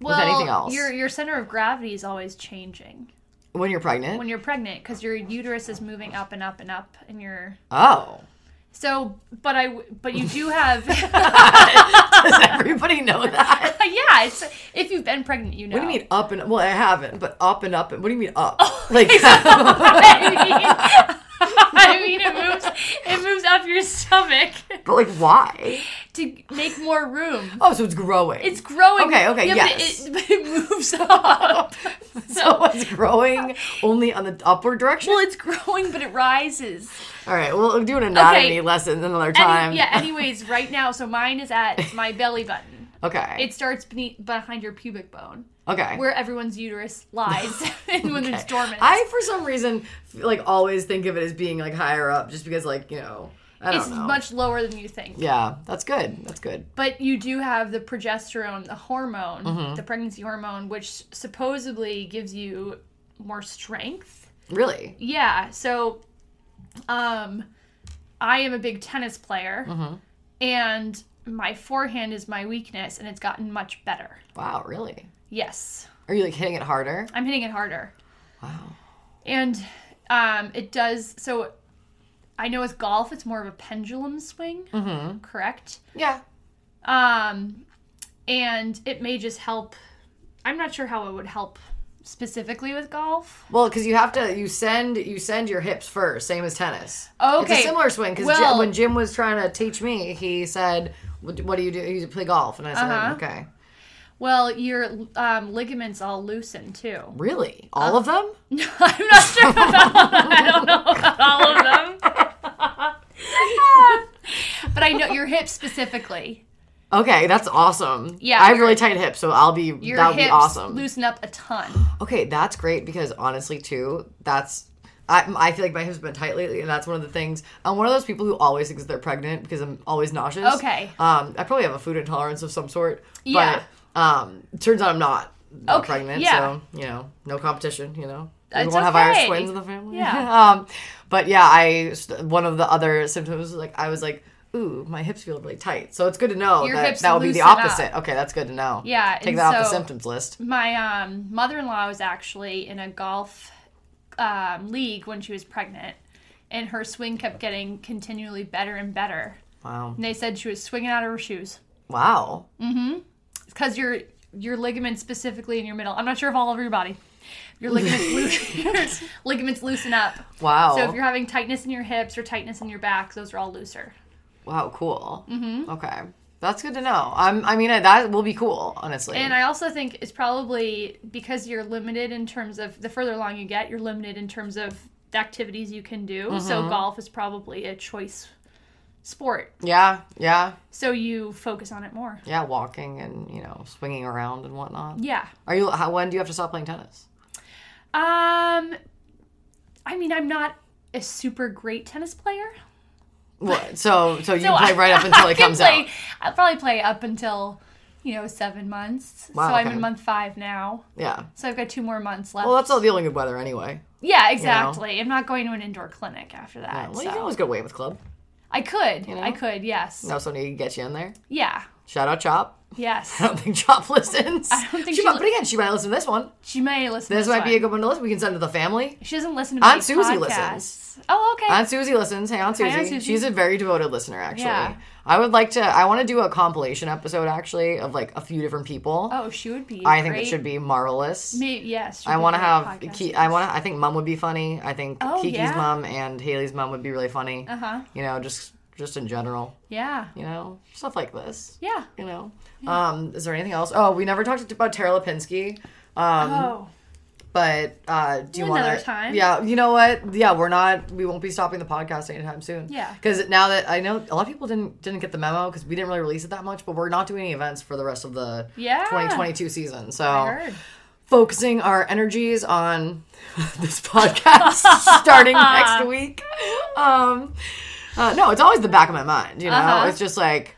S2: well,
S1: with anything else
S2: Your your center of gravity is always changing
S1: when you're pregnant?
S2: when you're pregnant because your uterus is moving up and up and up, and you're
S1: oh,
S2: so. But I w- but you do have
S1: does everybody know that?
S2: yeah. It's if you've been pregnant, you know.
S1: What do you mean up and well? I haven't, but up and up. And, what do you mean up? like
S2: Oh, I mean, I mean, it moves it moves up your stomach
S1: But like, why?
S2: to make more room.
S1: Oh, so it's growing.
S2: It's growing.
S1: Okay, okay,
S2: yeah, but
S1: yes.
S2: It, but it moves up.
S1: so it's growing only on the upward direction.
S2: Well, it's growing, but it rises.
S1: All right, well, do an anatomy
S2: Okay.
S1: lesson another
S2: Any-
S1: time.
S2: yeah. Anyways, right now, so mine is at my belly button.
S1: Okay.
S2: It starts beneath, behind your pubic bone,
S1: okay.
S2: where everyone's uterus lies and when
S1: Okay.
S2: it's dormant.
S1: I, for some reason, f- like always think of it as being like higher up, just because, like you know, I don't
S2: it's
S1: know.
S2: much lower than you think.
S1: yeah, that's good. That's good.
S2: But you do have the progesterone, the hormone,
S1: Mm-hmm.
S2: the pregnancy hormone, which supposedly gives you more strength.
S1: Really.
S2: Yeah. So, um, I am a big tennis player,
S1: Mm-hmm.
S2: and my forehand is my weakness, and it's gotten much better.
S1: Wow. Really.
S2: Yes,
S1: Are you like hitting it harder?
S2: I'm hitting it harder.
S1: Wow.
S2: And um, it does. So I know with golf, it's more of a pendulum swing,
S1: Mm-hmm.
S2: correct?
S1: Yeah.
S2: Um, and it may just help. I'm not sure how it would help specifically with golf.
S1: Well, because you have to you send you send your hips first, same as tennis. it's
S2: Okay.
S1: a similar swing. Because
S2: Well-
S1: when Jim was trying to teach me, he said, "What, what do you do? You play golf?" And I said,
S2: Uh-huh.
S1: "Okay,
S2: Well, your um, ligaments all loosen too.
S1: really?
S2: Uh,
S1: All of them?
S2: I'm not sure about I don't know about all of them. but I know your hips specifically.
S1: Okay, that's awesome.
S2: Yeah,
S1: I have
S2: your-
S1: really tight hips, so I'll be
S2: Your
S1: that'll
S2: hips
S1: be awesome.
S2: loosen up a ton.
S1: Okay, that's great because honestly, too, that's I, I feel like my hips have been tight lately, and that's one of the things. I'm one of those people who always thinks they're pregnant because I'm always nauseous.
S2: Okay.
S1: Um, I probably have a food intolerance of some sort.
S2: Yeah.
S1: But um, turns out I'm not, not
S2: Okay,
S1: pregnant.
S2: yeah.
S1: So you know, no competition. You know, we
S2: It's
S1: won't have Irish
S2: okay.
S1: twins in the family.
S2: Yeah.
S1: um, but yeah, I one of the other symptoms was like I was like, ooh, my hips feel really tight. So it's good to know
S2: Your
S1: that
S2: hips
S1: that would be the
S2: loosen up.
S1: opposite. Okay, that's good to know.
S2: Yeah,
S1: Take
S2: and
S1: that off the
S2: so-
S1: symptoms list.
S2: My um, mother-in-law was actually in a golf um, league when she was pregnant, and her swing kept getting continually better and better.
S1: Wow.
S2: And they said she was swinging out of her shoes
S1: Wow.
S2: because your your ligaments specifically in your middle. I'm not sure if all over your body. Your ligaments loo- your ligaments loosen up.
S1: Wow.
S2: So if you're having tightness in your hips or tightness in your back, those are all looser.
S1: Wow, cool. Mm-hmm. Okay, that's good to know. I'm, I mean, I, that will be cool, honestly.
S2: And I also think it's probably because you're limited in terms of the further along you get, you're limited in terms of the activities you can do.
S1: Mm-hmm.
S2: So golf is probably a choice sport.
S1: yeah, yeah,
S2: So you focus on it more.
S1: yeah. Walking and you know, swinging around and whatnot.
S2: Yeah.
S1: Are you? How, when do you have to stop playing tennis?
S2: Um I mean, I'm not a super great tennis player.
S1: What? So, so you
S2: So
S1: play
S2: I-
S1: right up until
S2: I
S1: it
S2: can
S1: comes
S2: play,
S1: out.
S2: I'll probably play up until, you know, 7 months.
S1: Wow,
S2: so I'm
S1: okay.
S2: in month 5 now.
S1: Yeah.
S2: So I've got two more months left.
S1: Well, that's all the only good weather anyway.
S2: yeah, exactly. I'm not going to an indoor clinic after that.
S1: Well,
S2: so.
S1: you can always go away with club.
S2: I could.
S1: know?
S2: I could, yes.
S1: Know somebody can get you in there.
S2: Yeah.
S1: Shout out Chop.
S2: Yes.
S1: I don't think Chop listens. I
S2: don't
S1: she
S2: think she
S1: might.
S2: li-
S1: But again, she might listen to this one.
S2: She may listen
S1: This
S2: to
S1: might be a
S2: one.
S1: good one to listen. We can send to the family.
S2: She doesn't listen to my
S1: Aunt Susie
S2: podcasts.
S1: listens.
S2: Oh, okay.
S1: Aunt Susie listens. Hey, Aunt Susie.
S2: Aunt Susie.
S1: She's a very devoted listener, actually.
S2: Yeah.
S1: I would like to. I want to do a compilation episode, actually, of like a few different people.
S2: oh, she would be.
S1: I think
S2: great.
S1: it should be marvelous.
S2: Maybe, yes.
S1: I want to have. Ki- I want to. I think Mum would be funny. I think
S2: Oh,
S1: Kiki's
S2: yeah.
S1: mom and Haley's mom would be really funny.
S2: Uh huh.
S1: You know, just just in general.
S2: Yeah.
S1: You know, stuff like this.
S2: Yeah.
S1: You know. Um, is there anything else? Oh, we never talked about Tara Lipinski. Um,
S2: oh.
S1: but uh, do you want
S2: Another time.
S1: Yeah, you know what? Yeah, we're not. We won't be stopping the podcast anytime soon.
S2: Yeah.
S1: because now that I know a lot of people didn't didn't get the memo because we didn't really release it that much, but we're not doing any events for the rest of the
S2: Yeah.
S1: 2022 season. So
S2: I heard.
S1: focusing our energies on this podcast starting next week. Um, uh, no, it's always the back of my mind. You know,
S2: Uh-huh.
S1: it's just like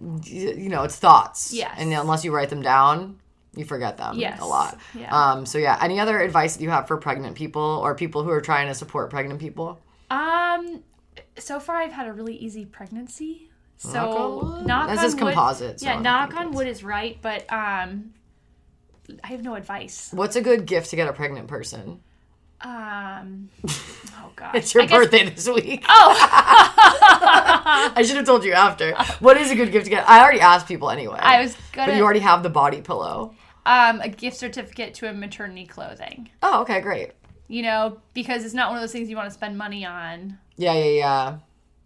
S1: y- you know, it's thoughts.
S2: Yes.
S1: and unless you write them down, you forget them.
S2: Yes.
S1: a lot.
S2: Yeah.
S1: Um, so yeah, any other advice that you have for pregnant people or people who are trying to support pregnant people?
S2: Um, so far I've had a really easy pregnancy. So
S1: Knock
S2: knock
S1: on wood.
S2: on,
S1: This is
S2: wood-
S1: composite, so I
S2: yeah,
S1: don't
S2: knock
S1: think
S2: on
S1: it's-
S2: wood is right, but um, I have no advice.
S1: What's a good gift to get a pregnant person?
S2: Um, oh gosh,
S1: It's your
S2: I guess-
S1: birthday this week.
S2: Oh,
S1: I should have told you after. What is a good gift to get? I already asked people anyway.
S2: I was gonna.
S1: But you already have the body pillow.
S2: um, a gift certificate to a maternity clothing.
S1: Oh, okay, great.
S2: You know, because it's not one of those things you want to spend money on.
S1: Yeah, yeah, yeah.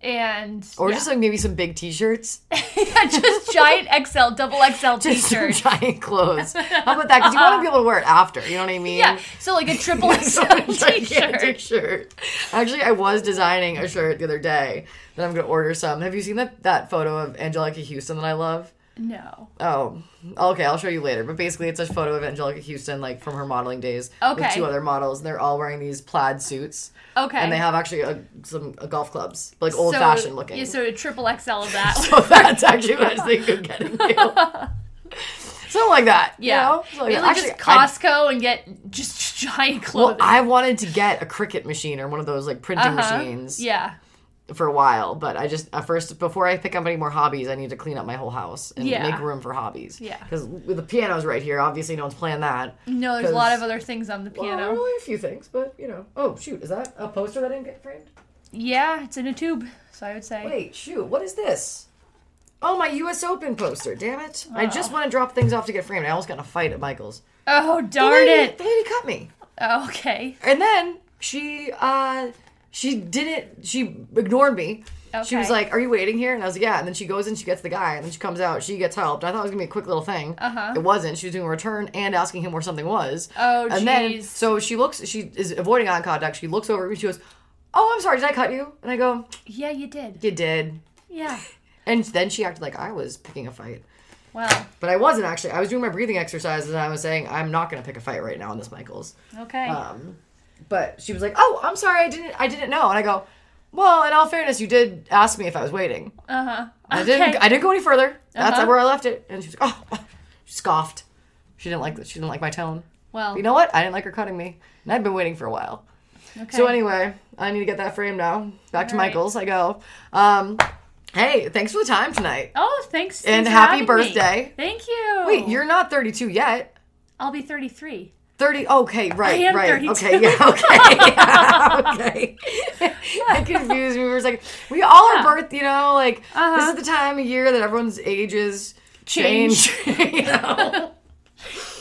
S2: And
S1: Or
S2: yeah.
S1: just like maybe some big T-shirts,
S2: Yeah, just giant XL, double XL
S1: just some
S2: t-shirt.
S1: giant clothes. How about that? Because you want to be able to wear it after. You know what I mean?
S2: Yeah, so like a triple
S1: Some
S2: XL
S1: gigantic
S2: t-shirt.
S1: shirt. Actually, I was designing a shirt the other day that I'm gonna order some. Have you seen that that photo of Angelica Houston that I love?
S2: No.
S1: Oh, okay. I'll show you later. But basically, it's a photo of Angelica Houston, like from her modeling days, with
S2: Okay.
S1: two other models, and they're all wearing these plaid suits,
S2: Okay.
S1: and they have actually a, some a golf clubs, like old fashioned looking.
S2: Yeah, so a triple XL of that.
S1: So that's actually what I was thinking of getting you. Something like that. you
S2: yeah.
S1: know? Something like
S2: Really
S1: that.
S2: just
S1: I-
S2: Costco and get just giant
S1: well,
S2: clothing.
S1: I wanted to get a Cricut machine or one of those like printing
S2: Uh-huh.
S1: machines
S2: Yeah.
S1: for a while, but I just at first before I pick up any more hobbies, I need to clean up my whole house and
S2: Yeah.
S1: make room for hobbies.
S2: Yeah.
S1: because the piano's right here. Obviously, no one's playing that.
S2: No, there's
S1: 'Cause-
S2: a lot of other things on the
S1: Well,
S2: piano.
S1: really a few things, but you know. Oh shoot, is that a poster that didn't get framed?
S2: Yeah, it's in a tube, so I would say.
S1: Wait, shoot, what is this? Oh, my U.S. Open poster. Damn it! I just want to drop things off to get framed. I almost got in a fight at Michael's.
S2: Oh,
S1: The
S2: darn
S1: lady-
S2: it.
S1: The lady cut me.
S2: Oh, okay.
S1: And then she uh she didn't she ignored me. She was
S2: Okay.
S1: like, Are you waiting here? And I was like, Yeah. And then she goes in, she gets the guy, and then she comes out, she gets helped. I thought it was gonna be a quick little thing.
S2: Uh-huh.
S1: It wasn't. She was doing a return and asking him where something was.
S2: Oh,
S1: And then
S2: jeez.
S1: so she looks she is avoiding eye contact. She looks over at me, she goes, Oh, I'm sorry, did I cut you? And I go,
S2: Yeah, you did.
S1: You did.
S2: Yeah.
S1: And then she acted like I was picking a fight.
S2: Well,
S1: But I wasn't actually.
S2: Uh,
S1: I was doing my breathing exercises and I was saying, I'm not gonna pick a fight right now on this Michaels.
S2: okay.
S1: Um, but she was like, "Oh, I'm sorry, I didn't, I didn't know." And I go, "Well, in all fairness, you did ask me if I was waiting.
S2: Uh huh.
S1: I didn't, I didn't go any further. That's
S2: Uh-huh.
S1: where I left it." And she was like, "Oh," she scoffed. She didn't like that. She didn't like my tone.
S2: Well,
S1: You know what? I didn't like her cutting me, and I'd been waiting for a while.
S2: okay.
S1: So anyway, I need to get that framed now. Back to
S2: All right.
S1: Michael's. I go. Um, hey, thanks for the time tonight.
S2: Oh, thanks.
S1: And
S2: thanks for
S1: happy
S2: having me.
S1: birthday.
S2: Thank you.
S1: Wait, you're not 32 yet.
S2: I'll be 33.
S1: 30 okay right
S2: am
S1: right
S2: 32.
S1: okay yeah okay okay it confused me for a second we all
S2: Yeah.
S1: are birth you know like this
S2: Uh-huh.
S1: is the time of year that everyone's ages change, you know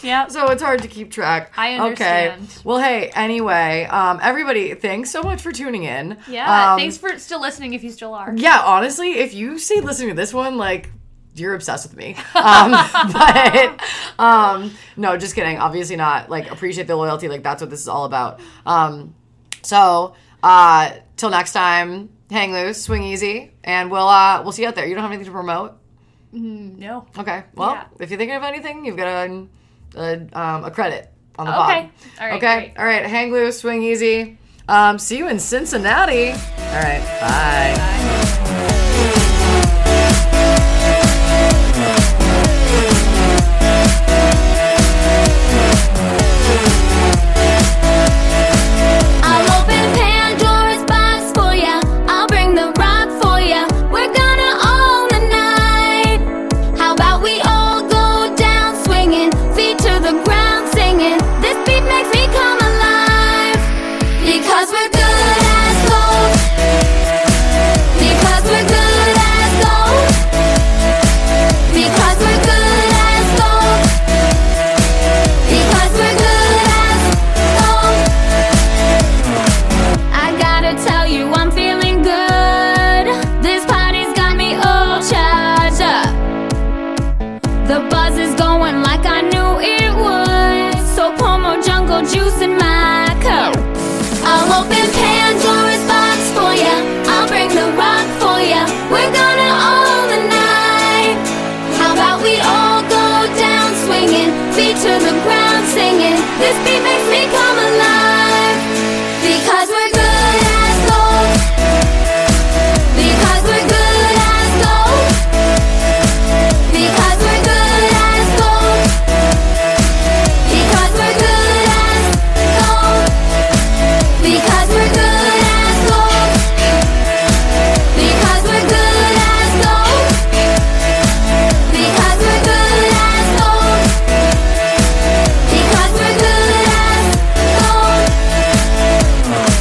S2: Yeah.
S1: so it's hard to keep track
S2: I understand.
S1: okay well hey anyway um everybody thanks so much for tuning in
S2: Yeah.
S1: Um,
S2: thanks for still listening if you still are.
S1: yeah, honestly, if you stay listening to this one, like you're obsessed with me. Um, but um, no, just kidding. Obviously not. Like appreciate the loyalty. Like that's what this is all about. Um, so uh, till next time, hang loose, swing easy, and we'll uh, we'll see you out there. You don't have anything to promote.
S2: No.
S1: Okay. Well,
S2: Yeah.
S1: if you're thinking of anything, you've got a, a, um, a credit on the
S2: Okay.
S1: pod.
S2: All right,
S1: Okay.
S2: great.
S1: All right. Hang loose, swing easy. Um, see you in Cincinnati. All right. Bye.
S3: I'll open Pandora's box for ya. I'll bring the rock for ya. We're gonna own the night. How about we all go down swinging, feet to the ground singing? This beat makes me come alive because we're good as gold. Because we're good as gold. Because we're good as gold. Because we're good as gold. I gotta tell you, I'm feeling good. This party's got me all charged up. The buzz is going like I knew it would. So pour more jungle juice in my cup. I'll open Pandora's box for ya. I'll bring the rock for ya. We're gonna own the night. How about we all go down swinging, feet to the ground singing? This beat makes me come alive. Because we're good as gold. Because we're good as gold. Because we're good as gold. Because we're good as gold. Because we're good as gold. Because we're good as gold. Because we're good as gold. Because we're good as gold.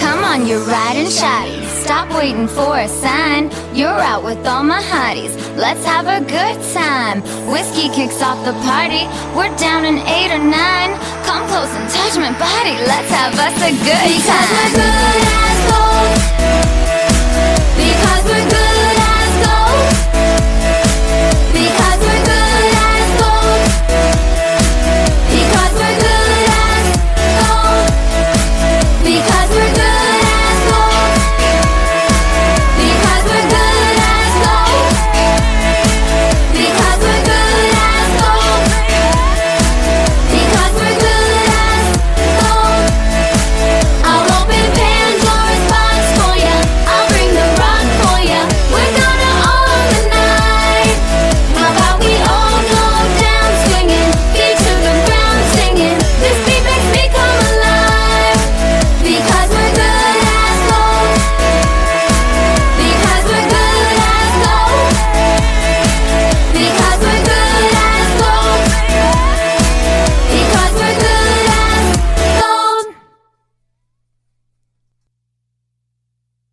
S3: Come on, you're riding shoddy. Stop waiting for a sign. You're out with all my hotties. Let's have a good time. Whiskey kicks off the party. We're down in eight or nine. Come close and touch my body. Let's have us a good time. Because we're good as gold.